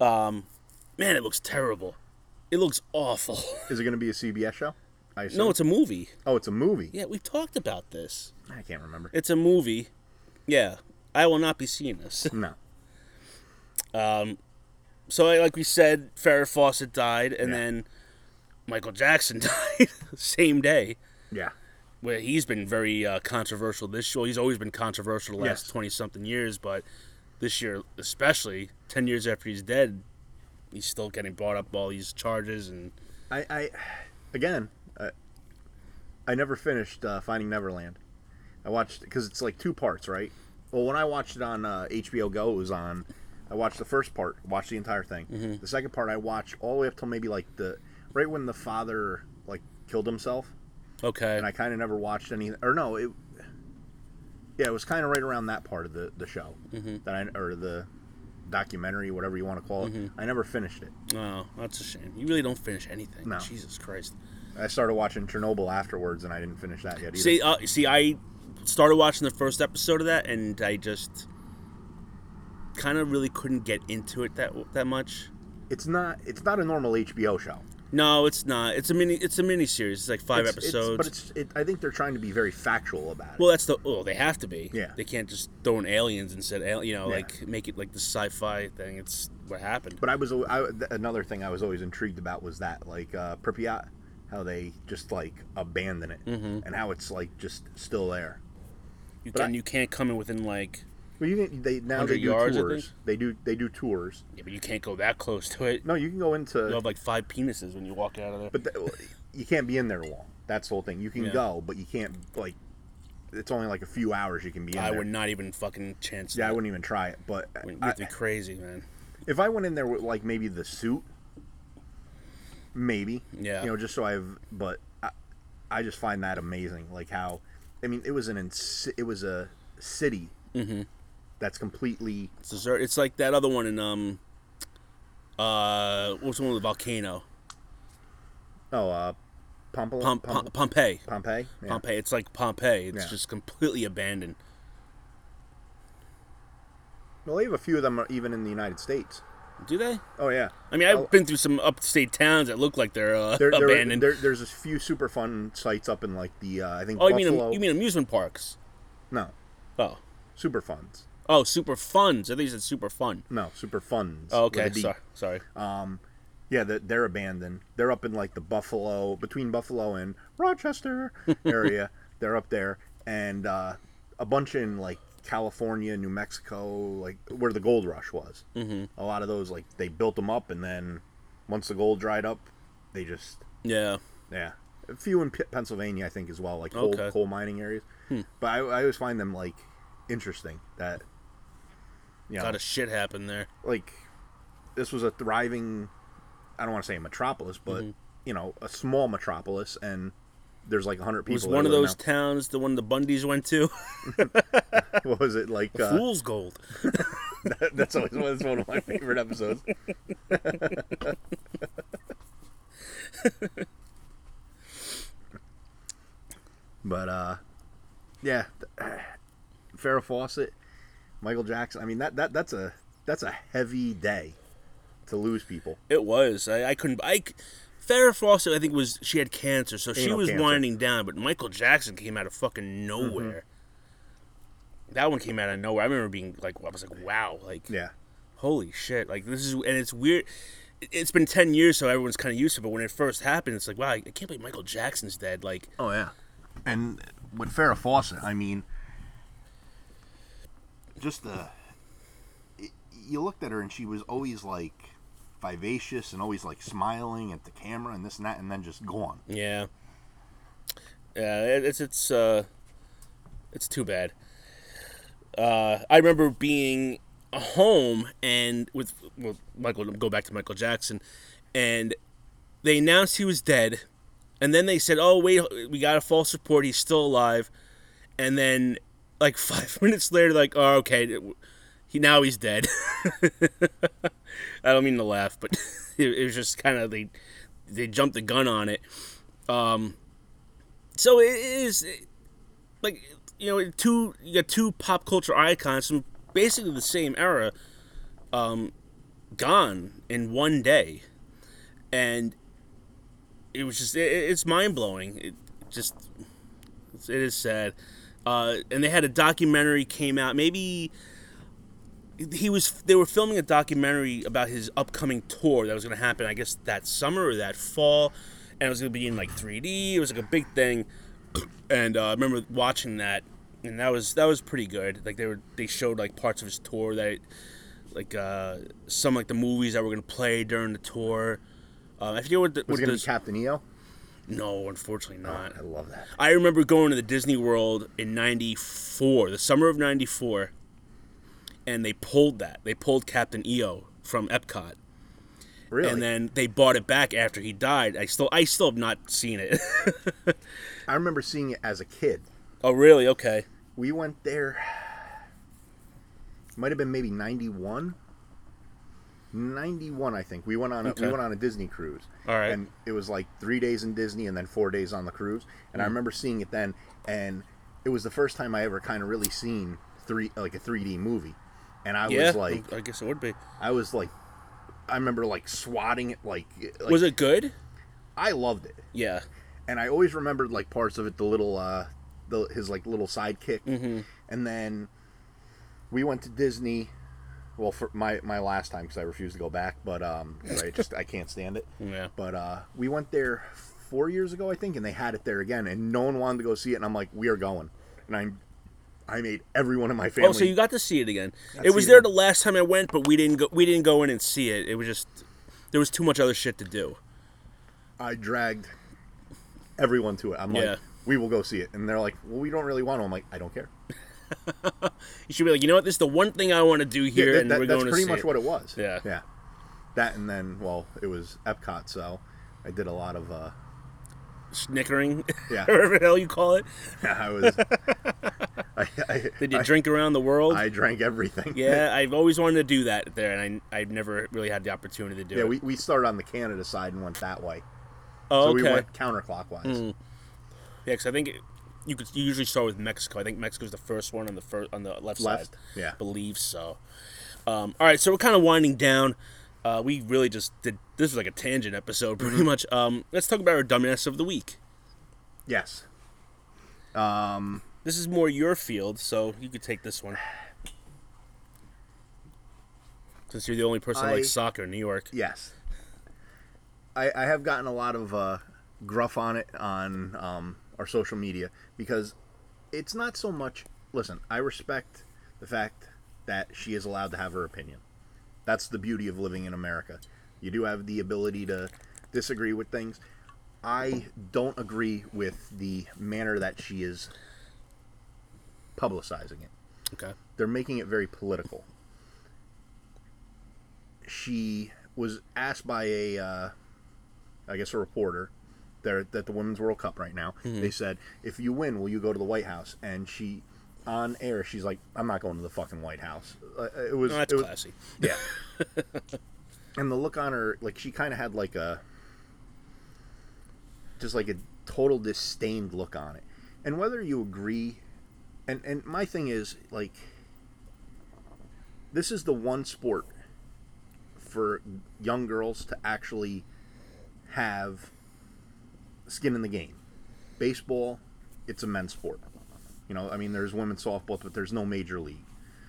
Speaker 1: Man, it looks terrible. It looks awful.
Speaker 2: Is it going to be a CBS show? I assume.
Speaker 1: no, it's a movie.
Speaker 2: oh, it's a movie.
Speaker 1: Yeah, we've talked about this.
Speaker 2: I can't remember.
Speaker 1: It's a movie. Yeah, I will not be seeing this.
Speaker 2: no.
Speaker 1: So, I- like we said, Farrah Fawcett died, and
Speaker 2: Yeah.
Speaker 1: then Michael Jackson died same day.
Speaker 2: Yeah.
Speaker 1: Where he's been very uh, controversial this year. He's always been controversial the last
Speaker 2: Yes.
Speaker 1: twenty something years, but this year especially, ten years after he's dead, he's still getting brought up all these charges and
Speaker 2: I, I again, uh, I never finished uh, Finding Neverland. I watched because it's like two parts, right? Well, when I watched it on uh, HBO Go, it was on. I watched the first part, watched the entire thing. The second part, I watched all the way up till maybe like the right when the father like killed himself,
Speaker 1: okay,
Speaker 2: and I kind of never watched any. Or no, it yeah, it was kind of right around that part of the the show that I or the documentary, whatever you want to call it. I never finished it.
Speaker 1: oh, that's a shame. You really don't finish anything.
Speaker 2: No.
Speaker 1: Jesus Christ.
Speaker 2: I started watching Chernobyl afterwards, and I didn't finish that yet. Either.
Speaker 1: See, uh, see, I started watching the first episode of that, and I just kind of really couldn't get into it that that much.
Speaker 2: it's not it's not a normal HBO show.
Speaker 1: No, it's not. It's a mini. It's a mini series. It's like five
Speaker 2: It's- it's-
Speaker 1: episodes.
Speaker 2: but it's it, I think they're trying to be very factual about it.
Speaker 1: well, that's the. Oh, they have to be.
Speaker 2: Yeah.
Speaker 1: They can't just throw in aliens and said, al- you know,
Speaker 2: Yeah.
Speaker 1: like make it like the sci-fi thing. It's what happened.
Speaker 2: but I was al- I, th- another thing I was always intrigued about was that like uh, Pripyat, how they just like abandon it
Speaker 1: Mm-hmm.
Speaker 2: and how it's like just still there.
Speaker 1: You
Speaker 2: but
Speaker 1: can.
Speaker 2: I-
Speaker 1: you can't come in within like.
Speaker 2: Well, you can, they now
Speaker 1: 100
Speaker 2: they do
Speaker 1: yards, I
Speaker 2: tours.
Speaker 1: think?
Speaker 2: They do they do tours.
Speaker 1: Yeah, but you can't go that close to it.
Speaker 2: No, you can go into
Speaker 1: You have like five penises when you walk out of there.
Speaker 2: but th- you can't be in there long. That's the whole thing. You can
Speaker 1: Yeah.
Speaker 2: go, but you can't like. It's only like a few hours you can be in
Speaker 1: I
Speaker 2: there.
Speaker 1: would not even fucking chance.
Speaker 2: yeah, I
Speaker 1: that.
Speaker 2: wouldn't even try it. But
Speaker 1: You'd
Speaker 2: I-
Speaker 1: have to be crazy, man.
Speaker 2: If I went in there with like maybe the suit, maybe.
Speaker 1: Yeah.
Speaker 2: You know, just so I've. But I, I just find that amazing. Like how, I mean, it was an ins- it was a city
Speaker 1: Mm-hmm.
Speaker 2: that's completely
Speaker 1: It's desert. It's like that other one in um, uh, what's the one with the volcano?
Speaker 2: oh uh, Pompeii.
Speaker 1: Pom- Pom- Pompeii.
Speaker 2: Pompeii. Yeah.
Speaker 1: Pompeii. It's like Pompeii. It's
Speaker 2: Yeah.
Speaker 1: just completely abandoned.
Speaker 2: Well, they have a few of them are even in the United States.
Speaker 1: Do they?
Speaker 2: Oh yeah.
Speaker 1: I mean, I've
Speaker 2: Oh.
Speaker 1: been through some upstate towns that look like they're uh,
Speaker 2: There, there,
Speaker 1: abandoned.
Speaker 2: there- there's a few super fun sites up in like the uh, I think
Speaker 1: oh, you
Speaker 2: Buffalo.
Speaker 1: mean you mean amusement parks?
Speaker 2: no
Speaker 1: Oh,
Speaker 2: super funds?
Speaker 1: oh, super funds. I think you said super fun.
Speaker 2: No super funds.
Speaker 1: Oh,
Speaker 2: with
Speaker 1: okay,
Speaker 2: a D.
Speaker 1: sorry, sorry.
Speaker 2: Uh, Yeah, they're, they're abandoned. They're up in like the Buffalo, between Buffalo and Rochester area. they're up there, and uh, a bunch in like California, New Mexico, like where the gold rush was. Mm-hmm. A lot of those, like they built them up, and then once the gold dried up, they just
Speaker 1: yeah,
Speaker 2: yeah. A few in P- Pennsylvania, I think, as well, like coal,
Speaker 1: Okay.
Speaker 2: coal mining areas. But I, I always find them like interesting that you know,
Speaker 1: a lot of shit happened there.
Speaker 2: like this was a thriving i don't want to say a metropolis but
Speaker 1: Mm-hmm.
Speaker 2: you know a small metropolis and there's like 100 people
Speaker 1: It was
Speaker 2: that
Speaker 1: one of
Speaker 2: live
Speaker 1: those towns, the one the Bundys went to.
Speaker 2: now. what was it like uh,
Speaker 1: Fool's Gold.
Speaker 2: that's always that's one of my favorite episodes but uh yeah Farrah Fawcett Michael Jackson I mean that that that's a that's a heavy day to lose people
Speaker 1: It was. I, I couldn't. I c- Farrah Fawcett, I think, was she had cancer, so she
Speaker 2: Anal
Speaker 1: was
Speaker 2: cancer. Mm-hmm.
Speaker 1: winding down. But Michael Jackson came out of fucking nowhere. That one came out of nowhere. I remember being like, I was like, wow, like,
Speaker 2: yeah
Speaker 1: holy shit, like this is, and it's weird. It- It's been ten years, so everyone's kind of used to. it, But when it first happened, it's like, wow, I I can't believe Michael Jackson's dead. Like,
Speaker 2: Oh yeah, and with Farrah Fawcett, I mean, just the y- you looked at her and she was always like vivacious and always like smiling at the camera and this and that, and then just gone.
Speaker 1: yeah, yeah, it- it's it's uh, it's too bad. Uh, I remember being home and with well, Michael. Go back to Michael Jackson, and they announced he was dead, And then they said, "Oh wait, we got a false report. He's still alive." And then, like five minutes later, like, "Oh okay, he now he's dead." I don't mean to laugh, but it, it was just kind of they they jumped the gun on it. Um, so it is like you know two you got two pop culture icons from basically the same era, um, gone in one day, and it was just it, it's mind blowing. It just it is sad. Uh, and they had a documentary came out maybe he was they were filming a documentary about his upcoming tour that was going to happen i guess that summer or that fall and it was going to be in like 3d it was like a big thing and uh, i remember watching that and that was that was pretty good like they were they showed like parts of his tour that like uh some like the movies that were going to play during the tour uh, i forget what the,
Speaker 2: Was
Speaker 1: what
Speaker 2: it gonna
Speaker 1: those-
Speaker 2: be Captain EO?
Speaker 1: no unfortunately not
Speaker 2: Oh, I love that.
Speaker 1: I remember going to the Disney World in '94, the summer of '94, and they pulled that. They pulled Captain EO from Epcot,
Speaker 2: Really?
Speaker 1: and then they bought it back after he died. I still, I still have not seen it.
Speaker 2: I remember seeing it as a kid.
Speaker 1: oh, really? Okay.
Speaker 2: We went there. Might have been maybe 91. 91 I think. We went on a,
Speaker 1: Okay.
Speaker 2: we went on a Disney cruise.
Speaker 1: All right.
Speaker 2: And it was like 3 days in Disney and then 4 days on the cruise. And
Speaker 1: Mm.
Speaker 2: I remember seeing it then and it was the first time I ever kind of really seen 3 like a 3D movie. And I
Speaker 1: yeah.
Speaker 2: was like
Speaker 1: I guess it would be.
Speaker 2: I was like I remember like swatting it like, like
Speaker 1: was it good?
Speaker 2: I loved it
Speaker 1: Yeah.
Speaker 2: and I always remembered like parts of it. The little, uh, the his like little sidekick,
Speaker 1: Mm-hmm.
Speaker 2: and then we went to Disney. Well, for my my last time because I refused to go back, but um, 'cause I just I can't stand it.
Speaker 1: Yeah.
Speaker 2: But uh, we went there four years ago, I think, and they had it there again, and no one wanted to go see it, and I'm like, we are going, and I'm. I made every one of my family.
Speaker 1: Oh, so you got to see it again.
Speaker 2: Got
Speaker 1: It
Speaker 2: to
Speaker 1: was
Speaker 2: see it
Speaker 1: there the
Speaker 2: again.
Speaker 1: last time I went, but we didn't go. We didn't go in and see it. It was just there was too much other shit to do.
Speaker 2: I dragged everyone to it. I'm
Speaker 1: Yeah.
Speaker 2: like, we will go see it, and they're like, well, we don't really want to. I'm like, I don't care.
Speaker 1: You should be like, you know what? This is the one thing I want to do here,
Speaker 2: Yeah, that-
Speaker 1: and
Speaker 2: that-
Speaker 1: we're
Speaker 2: that's
Speaker 1: going to see.
Speaker 2: pretty much
Speaker 1: it.
Speaker 2: what it was.
Speaker 1: Yeah.
Speaker 2: yeah. That and then, well, it was Epcot, so I did a lot of. Uh,
Speaker 1: Snickering.
Speaker 2: Yeah.
Speaker 1: Whatever the hell you call it.
Speaker 2: I was. I, I,
Speaker 1: Did you drink around the world?
Speaker 2: I drank everything.
Speaker 1: yeah, I've always wanted to do that there, and I, I've never really had the opportunity to do
Speaker 2: Yeah,
Speaker 1: it.
Speaker 2: we, we started on the Canada side and went that way.
Speaker 1: oh,
Speaker 2: So
Speaker 1: okay. Hmm.
Speaker 2: we went counterclockwise.
Speaker 1: Yeah, because I think it, you could you usually start with Mexico. I think Mexico's the first one on the first on the left,
Speaker 2: Left,
Speaker 1: side.
Speaker 2: yeah.
Speaker 1: believe so. Um, all right, so we're kind of winding down. Uh, we really just did this was like a tangent episode, pretty
Speaker 2: Mm-hmm.
Speaker 1: much. Um, let's talk about our dumbass of the week.
Speaker 2: Yes.
Speaker 1: This is more your field, so you could take this one. Since you're the only person that
Speaker 2: I-
Speaker 1: likes soccer in New York.
Speaker 2: Yes. I, I have gotten a lot of uh, gruff on it on um, our social media because it's not so much. Listen, I respect the fact that she is allowed to have her opinion. That's the beauty of living in America. You do have the ability to disagree with things. I don't agree with the manner that she is publicizing it
Speaker 1: Okay.
Speaker 2: they're making it very political. She was asked by a, uh, I guess a reporter, there at the Women's World Cup right now.
Speaker 1: Mm-hmm.
Speaker 2: They said, "If you win, will you go to the White House?" And she, on air, she's like, "I'm not going to the fucking White House." Uh, it was
Speaker 1: No, Oh, that's
Speaker 2: it was,
Speaker 1: classy.
Speaker 2: yeah. and the look on her, like she kind of had like a, just like a total disdained look on it. And whether you agree, and and my thing is like, this is the one sport for young girls to actually have skin in the game. Baseball, it's a men's sport. You know, I mean, there's women's softball, but there's no major league.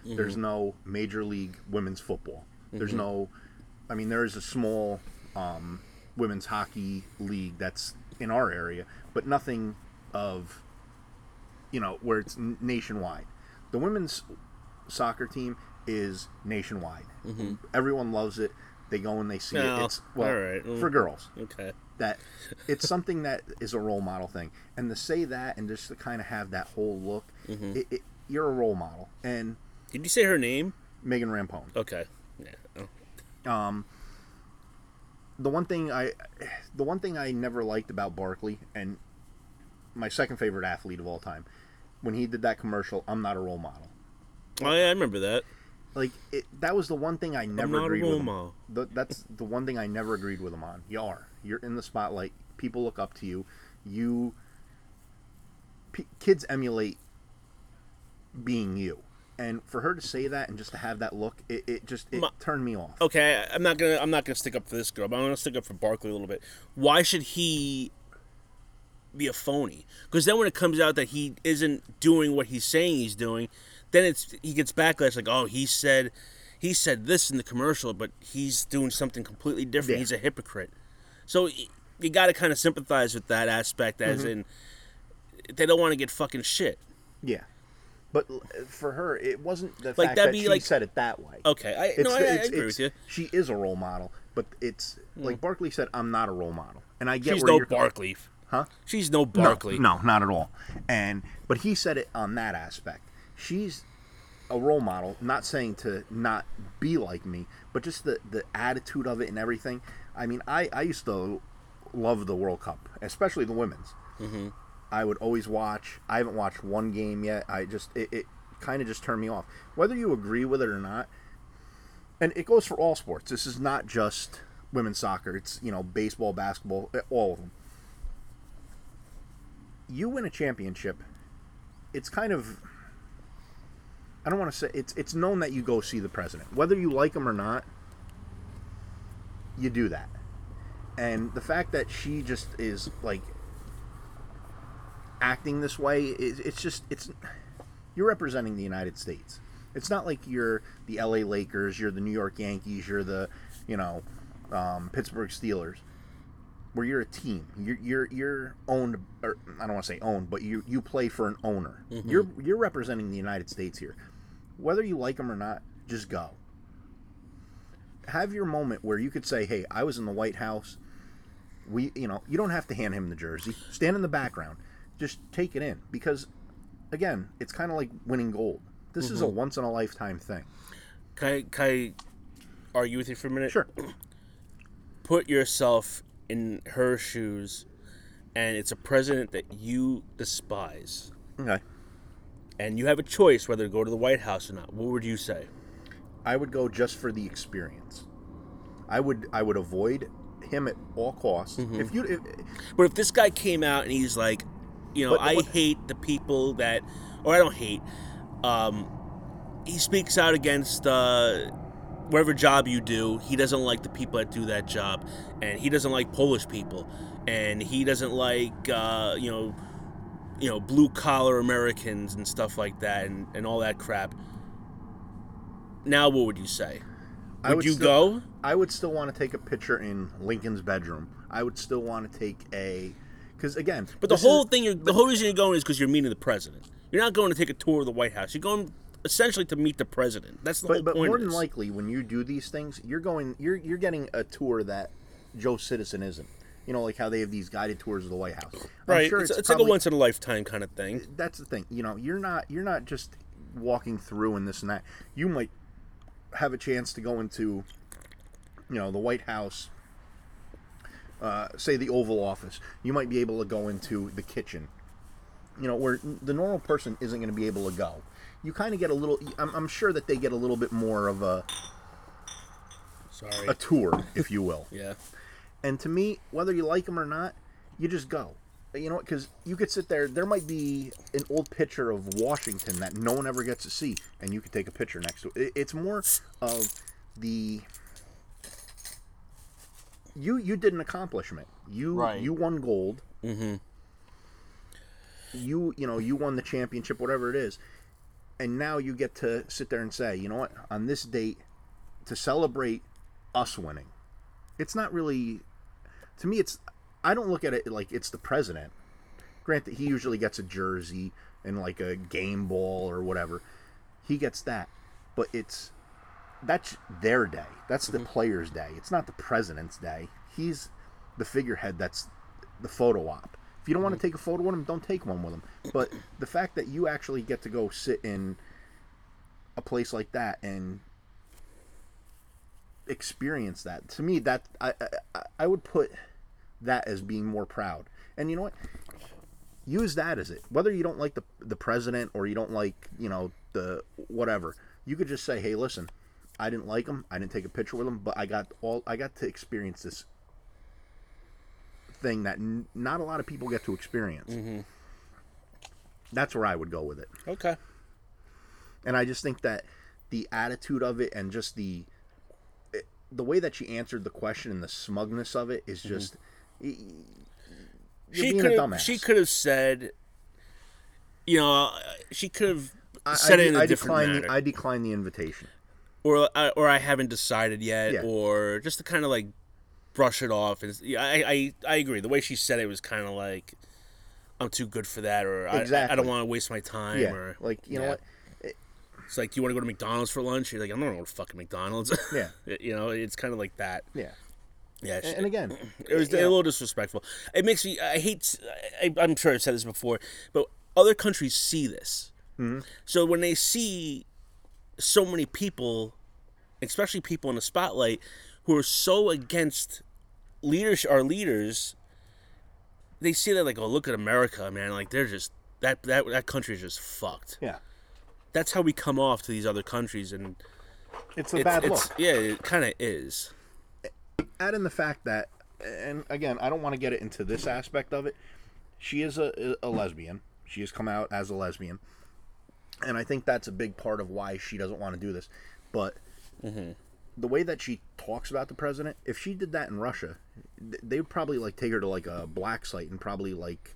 Speaker 1: Mm-hmm.
Speaker 2: There's no major league women's football. There's no, I mean, there is a small um, women's hockey league that's in our area, but nothing of, you know, where it's n- nationwide. The women's soccer team is nationwide. Everyone loves it. They go and they see
Speaker 1: Mm-hmm. No,
Speaker 2: it. It's well
Speaker 1: all right, mm.
Speaker 2: for girls
Speaker 1: Okay.
Speaker 2: that it's something that is a role model thing and to say that and just to kind of have that whole look it, it, you're a role model and
Speaker 1: Did you say her name?
Speaker 2: megan rampone
Speaker 1: Okay. Yeah. Oh.
Speaker 2: the one thing I the one thing I never liked about Barkley and my second favorite athlete of all time when he did that commercial I'm not a role model
Speaker 1: Oh yeah, I remember that.
Speaker 2: like it, that was the one thing I never
Speaker 1: not a
Speaker 2: agreed
Speaker 1: role
Speaker 2: with him.
Speaker 1: model.
Speaker 2: The, that's the one thing I never agreed with him on you are you're in the spotlight people look up to you you p- kids emulate being you and for her to say that and just to have that look it, it just it
Speaker 1: Ma-
Speaker 2: turned me off
Speaker 1: Okay, I- I'm not gonna I'm not gonna stick up for this girl, but I'm gonna stick up for Barkley a little bit. Why should he be a phony? Because then when it comes out that he isn't doing what he's saying he's doing, then it's he gets backlash like, oh, he said he said this in the commercial, but he's doing something completely different.
Speaker 2: Yeah.
Speaker 1: He's a hypocrite. So y- you got to kind of sympathize with that aspect, as
Speaker 2: Mm-hmm.
Speaker 1: in they don't want to get fucking shit.
Speaker 2: Yeah, but l- for her, it wasn't the
Speaker 1: Like,
Speaker 2: fact
Speaker 1: that'd
Speaker 2: that
Speaker 1: be
Speaker 2: she
Speaker 1: like-
Speaker 2: said it that way.
Speaker 1: Okay, I no, I, I agree with you. Hmm.
Speaker 2: She is a role model, but it's like Barkley said, "I'm not a role model," and I get
Speaker 1: She's
Speaker 2: where
Speaker 1: no
Speaker 2: you're,
Speaker 1: Barkley,
Speaker 2: huh?
Speaker 1: She's no Barkley.
Speaker 2: No, no, not at all. And but he said it on that aspect. She's a role model. Not saying to not be like me, but just the the attitude of it and everything. I mean, I I used to love the World Cup, especially the women's. Mm-hmm. I would always watch. I haven't watched one game yet. I just it, it kind of just turned me off. Whether you agree with it or not, and it goes for all sports. This is not just women's soccer. It's you know baseball, basketball, all of them you win a championship, it's kind of I don't want to say it's it's known that you go see the president, whether you like him or not. You do that, and the fact that she just is like acting this way, it, it's just it's you're representing the United States. It's not like you're the LA Lakers, you're the New York Yankees, you're the you know um, Pittsburgh Steelers where you're a team. You're you're you're owned, or I don't want to say owned, but you you play for an owner. You're you're representing the United States here, whether you like them or not. Just go. Have your moment where you could say, "Hey, I was in the White House." We, you know, you don't have to hand him the jersey. Stand in the background. Just take it in because, again, it's kind of like winning gold. This is a once in a lifetime thing.
Speaker 1: Can I, can I argue with you for a minute?
Speaker 2: Sure.
Speaker 1: Put yourself in her shoes, and it's a president that you despise,
Speaker 2: Okay.
Speaker 1: and you have a choice whether to go to the White House or not. What would you say?
Speaker 2: I would go just for the experience. I would I would avoid him at all costs.
Speaker 1: Mm-hmm.
Speaker 2: If you if,
Speaker 1: But if this guy came out and he's like, you know,
Speaker 2: But-
Speaker 1: I
Speaker 2: but-
Speaker 1: hate the people that, or I don't hate, um, he speaks out against uh, whatever job you do. He doesn't like the people that do that job, and he doesn't like Polish people, and he doesn't like uh, you know, you know, blue collar Americans and stuff like that, and, and all that crap. Now, what would you say?
Speaker 2: I
Speaker 1: Would, you
Speaker 2: still,
Speaker 1: go?
Speaker 2: I would still want to take a picture in Lincoln's bedroom. I would still want to take a because again,
Speaker 1: But the
Speaker 2: this is-
Speaker 1: whole thing, you're, the whole reason you're going is because you're meeting the president. You're not going to take a tour of the White House. You're going essentially to meet the president. That's the whole
Speaker 2: but, but
Speaker 1: point.
Speaker 2: more
Speaker 1: of
Speaker 2: than
Speaker 1: this.
Speaker 2: likely when you do these things, you're going you're you're getting a tour that Joe Citizen isn't. You know, like how they have these guided tours of the White House. I'm
Speaker 1: right?
Speaker 2: sure
Speaker 1: it's
Speaker 2: it's,
Speaker 1: it's like a
Speaker 2: probably-
Speaker 1: once in a lifetime kind of thing.
Speaker 2: that's the thing. You know, you're not you're not just walking through and this and that. You might have a chance to go into, you know, the White House, uh, say the Oval Office. You might be able to go into the kitchen. You know, where the normal person isn't going to be able to go. You kind of get a little. I'm, I'm sure that they get a little bit more of a,
Speaker 1: Sorry.
Speaker 2: a tour, if you will.
Speaker 1: yeah.
Speaker 2: And to me, whether you like them or not, you just go. You know, because you could sit there. There might be an old picture of Washington that no one ever gets to see, and you could take a picture next to it. It's more of the you you did an accomplishment. You
Speaker 1: Right.
Speaker 2: you won gold. Mm-hmm. You you know you won the championship, whatever it is, and now you get to sit there and say, you know what, on this date, to celebrate us winning it's not really to me it's i don't look at it like it's the president granted he usually gets a jersey and like a game ball or whatever he gets that but it's that's their day that's the player's day it's not the president's day he's the figurehead that's the photo op if you don't want to take a photo with him don't take one with him but the fact that you actually get to go sit in a place like that and experience that. To me, that I, I I would put that as being more proud. And you know what? Use that as it. Whether you don't like the the president or you don't like you know the whatever, you could just say, hey, listen, I didn't like him. I didn't take a picture with him, but I got all I got to experience this thing that n- not a lot of people get to experience. That's where I would go with it
Speaker 1: Okay.
Speaker 2: and I just think that the attitude of it and just the it- the way that she answered the question and the smugness of it is
Speaker 1: Mm-hmm.
Speaker 2: just y- y- you're
Speaker 1: she
Speaker 2: being
Speaker 1: could
Speaker 2: a
Speaker 1: have
Speaker 2: dumbass.
Speaker 1: she could have said you know uh, she could have
Speaker 2: I,
Speaker 1: said
Speaker 2: I,
Speaker 1: it in a
Speaker 2: I
Speaker 1: different
Speaker 2: decline
Speaker 1: manner
Speaker 2: The, I decline the invitation.
Speaker 1: or I- or I haven't decided yet
Speaker 2: Yeah.
Speaker 1: or just to kind of like brush it off and yeah, I, I I agree the way she said it was kind of like I'm too good for that or I- I, I
Speaker 2: Exactly.
Speaker 1: don't want to waste my time
Speaker 2: Yeah,
Speaker 1: or
Speaker 2: like you know
Speaker 1: yeah.
Speaker 2: what?
Speaker 1: it's like you want to go to McDonald's for lunch you're like I'm not going to fucking McDonald's
Speaker 2: Yeah.
Speaker 1: you know it's kind of like that
Speaker 2: Yeah,
Speaker 1: yeah she-
Speaker 2: and, and again,
Speaker 1: it was
Speaker 2: you
Speaker 1: a
Speaker 2: know,
Speaker 1: little disrespectful. It makes me. I hate. I, I'm sure I've said this before, but other countries see this.
Speaker 2: Hmm.
Speaker 1: So when they see so many people, especially people in the spotlight, who are so against leaders, our leaders, they see that like, oh, look at America, man. Like they're just that that that country is just fucked.
Speaker 2: yeah,
Speaker 1: That's how we come off to these other countries, and
Speaker 2: it's a
Speaker 1: it's,
Speaker 2: bad
Speaker 1: it's-
Speaker 2: look.
Speaker 1: yeah, it kind of is.
Speaker 2: add in the fact that, and again, I don't want to get it into this aspect of it. She is a, a lesbian. She has come out as a lesbian, and I think that's a big part of why she doesn't want to do this. But the way that she talks about the president, if she did that in Russia, th- they would probably like take her to like a black site and probably like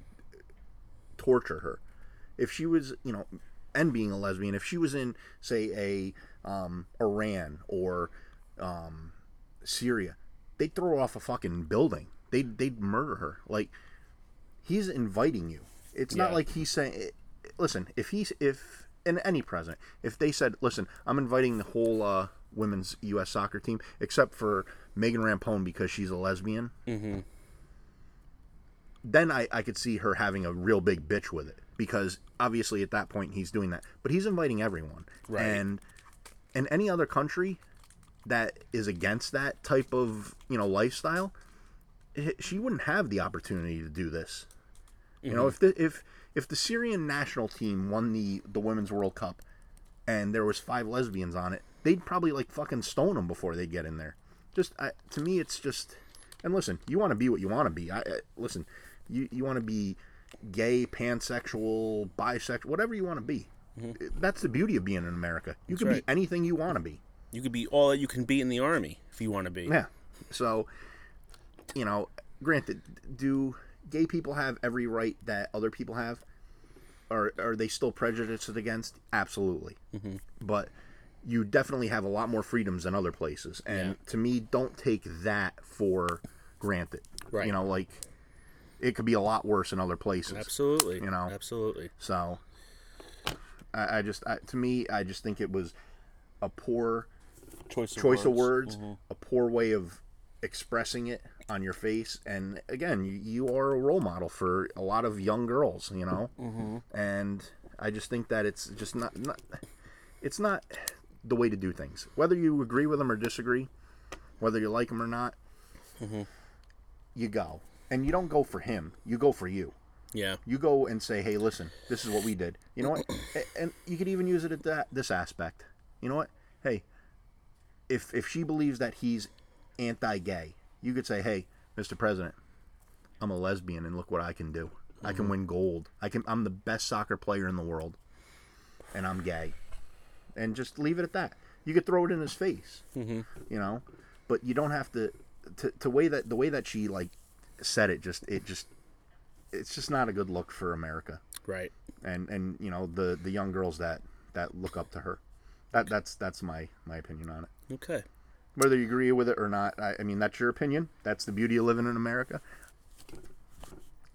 Speaker 2: torture her. If she was, you know, and being a lesbian, if she was in say a um, Iran or um, Syria, they'd throw her off a fucking building. They'd they'd murder her. Like he's inviting you. It's not
Speaker 1: Yeah.
Speaker 2: like he's saying. eh, Listen, if he's if in any president, if they said, "Listen, I'm inviting the whole uh, women's U.S. soccer team except for Megan Rampone because she's a lesbian,"
Speaker 1: Mm-hmm.
Speaker 2: then I, I could see her having a real big bitch with it because obviously at that point he's doing that but he's inviting everyone
Speaker 1: Right.
Speaker 2: and in any other country that is against that type of you know lifestyle i- she wouldn't have the opportunity to do this you know if the if if the syrian national team won the the women's world cup and there was five lesbians on it they'd probably like fucking stone them before they get in there just I, to me it's just and listen you want to be what you want to be I, I listen you you want to be gay pansexual bisexual whatever you want to be that's the beauty of being in america you can
Speaker 1: right.
Speaker 2: be anything you want to be
Speaker 1: You could be all that you can be in the army if you want to be.
Speaker 2: yeah. So, you know, granted, do gay people have every right that other people have? Are are they still prejudiced against? Absolutely. But you definitely have a lot more freedoms than other places, and to me, don't take that for granted.
Speaker 1: Right.
Speaker 2: You know, like it could be a lot worse in other places.
Speaker 1: Absolutely.
Speaker 2: You know?
Speaker 1: Absolutely.
Speaker 2: So, I, I just I, to me, I just think it was a poor
Speaker 1: Choice of
Speaker 2: choice of words, a poor way of expressing it on your face. And again, you, you are a role model for a lot of young girls, you know? Mm-hmm. And I just think that it's just not, not, it's not the way to do things. Whether you agree with them or disagree, whether you like them or not, you go. And you don't go for him, you go for you.
Speaker 1: Yeah.
Speaker 2: You go and say, "Hey, listen, this is what we did." You know what? A- and you could even use it at that this aspect. You know what? Hey, if if she believes that he's anti-gay, you could say, "Hey, Mr. President, I'm a lesbian, and look what I can do. I can win gold. I can. I'm the best soccer player in the world, and I'm gay." And just leave it at that. You could throw it in his face, mm-hmm. you know, but you don't have to. To, to way that the way that she like said it just it just it's just not a good look for America,
Speaker 1: Right.
Speaker 2: and and you know the the young girls that that look up to her. That that's that's my my opinion on it.
Speaker 1: Okay.
Speaker 2: Whether you agree with it or not, I, I mean that's your opinion. That's the beauty of living in America.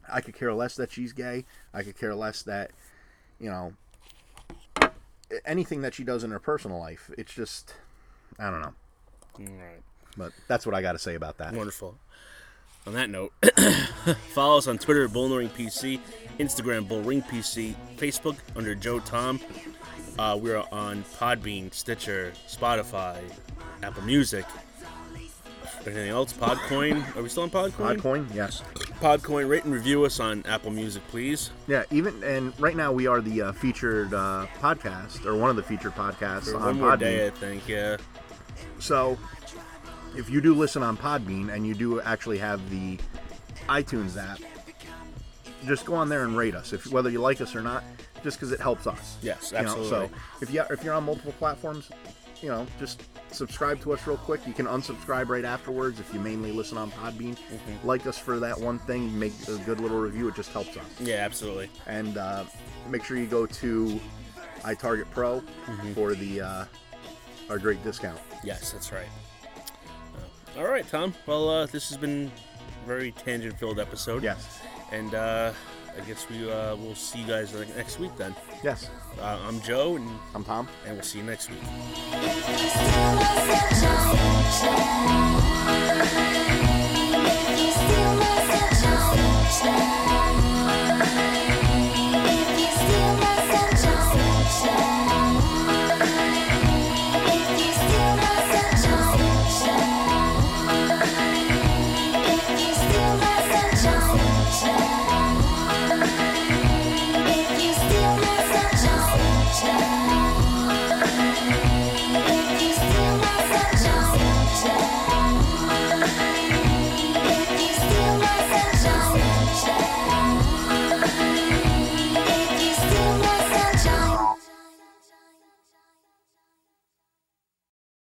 Speaker 2: I could care less that she's gay. I could care less that, you know, anything that she does in her personal life. It's just, I don't know.
Speaker 1: All right.
Speaker 2: But that's what I got to say about that.
Speaker 1: Wonderful. On that note, follow us on Twitter at BullringPC, Instagram BullringPC, Facebook under Joe Tom. Uh, we are on Podbean, Stitcher, Spotify, Apple Music, Anything else? Podcoin. Are we still on Podcoin?
Speaker 2: Podcoin, yes.
Speaker 1: Podcoin. Rate and review us on Apple Music, please.
Speaker 2: Yeah, even and right now we are the uh, featured uh, podcast or one of the featured podcasts
Speaker 1: For
Speaker 2: on
Speaker 1: one more
Speaker 2: Podbean.
Speaker 1: day, I think. Yeah.
Speaker 2: So, if you do listen on Podbean and you do actually have the iTunes app, just go on there and rate us. If whether you like us or not, just because it helps us.
Speaker 1: Yes,
Speaker 2: You know, so
Speaker 1: absolutely.
Speaker 2: if you if you're on multiple platforms, you know, just subscribe to us real quick. You can unsubscribe right afterwards if you mainly listen on Podbean.
Speaker 1: Mm-hmm.
Speaker 2: Like us for that one thing. Make a good little review. It just helps us
Speaker 1: Yeah, absolutely.
Speaker 2: and uh, make sure you go to iTarget Pro for the uh, our great discount.
Speaker 1: Yes, that's right. Uh, all right, Tom. Well, uh, this has been a very tangent-filled episode.
Speaker 2: Yes,
Speaker 1: And uh, I guess we uh, will see you guys like, next week then.
Speaker 2: yes.
Speaker 1: Uh, I'm Joe, and,
Speaker 2: I'm Tom.
Speaker 1: and we'll see you next week.
Speaker 4: Sunshine.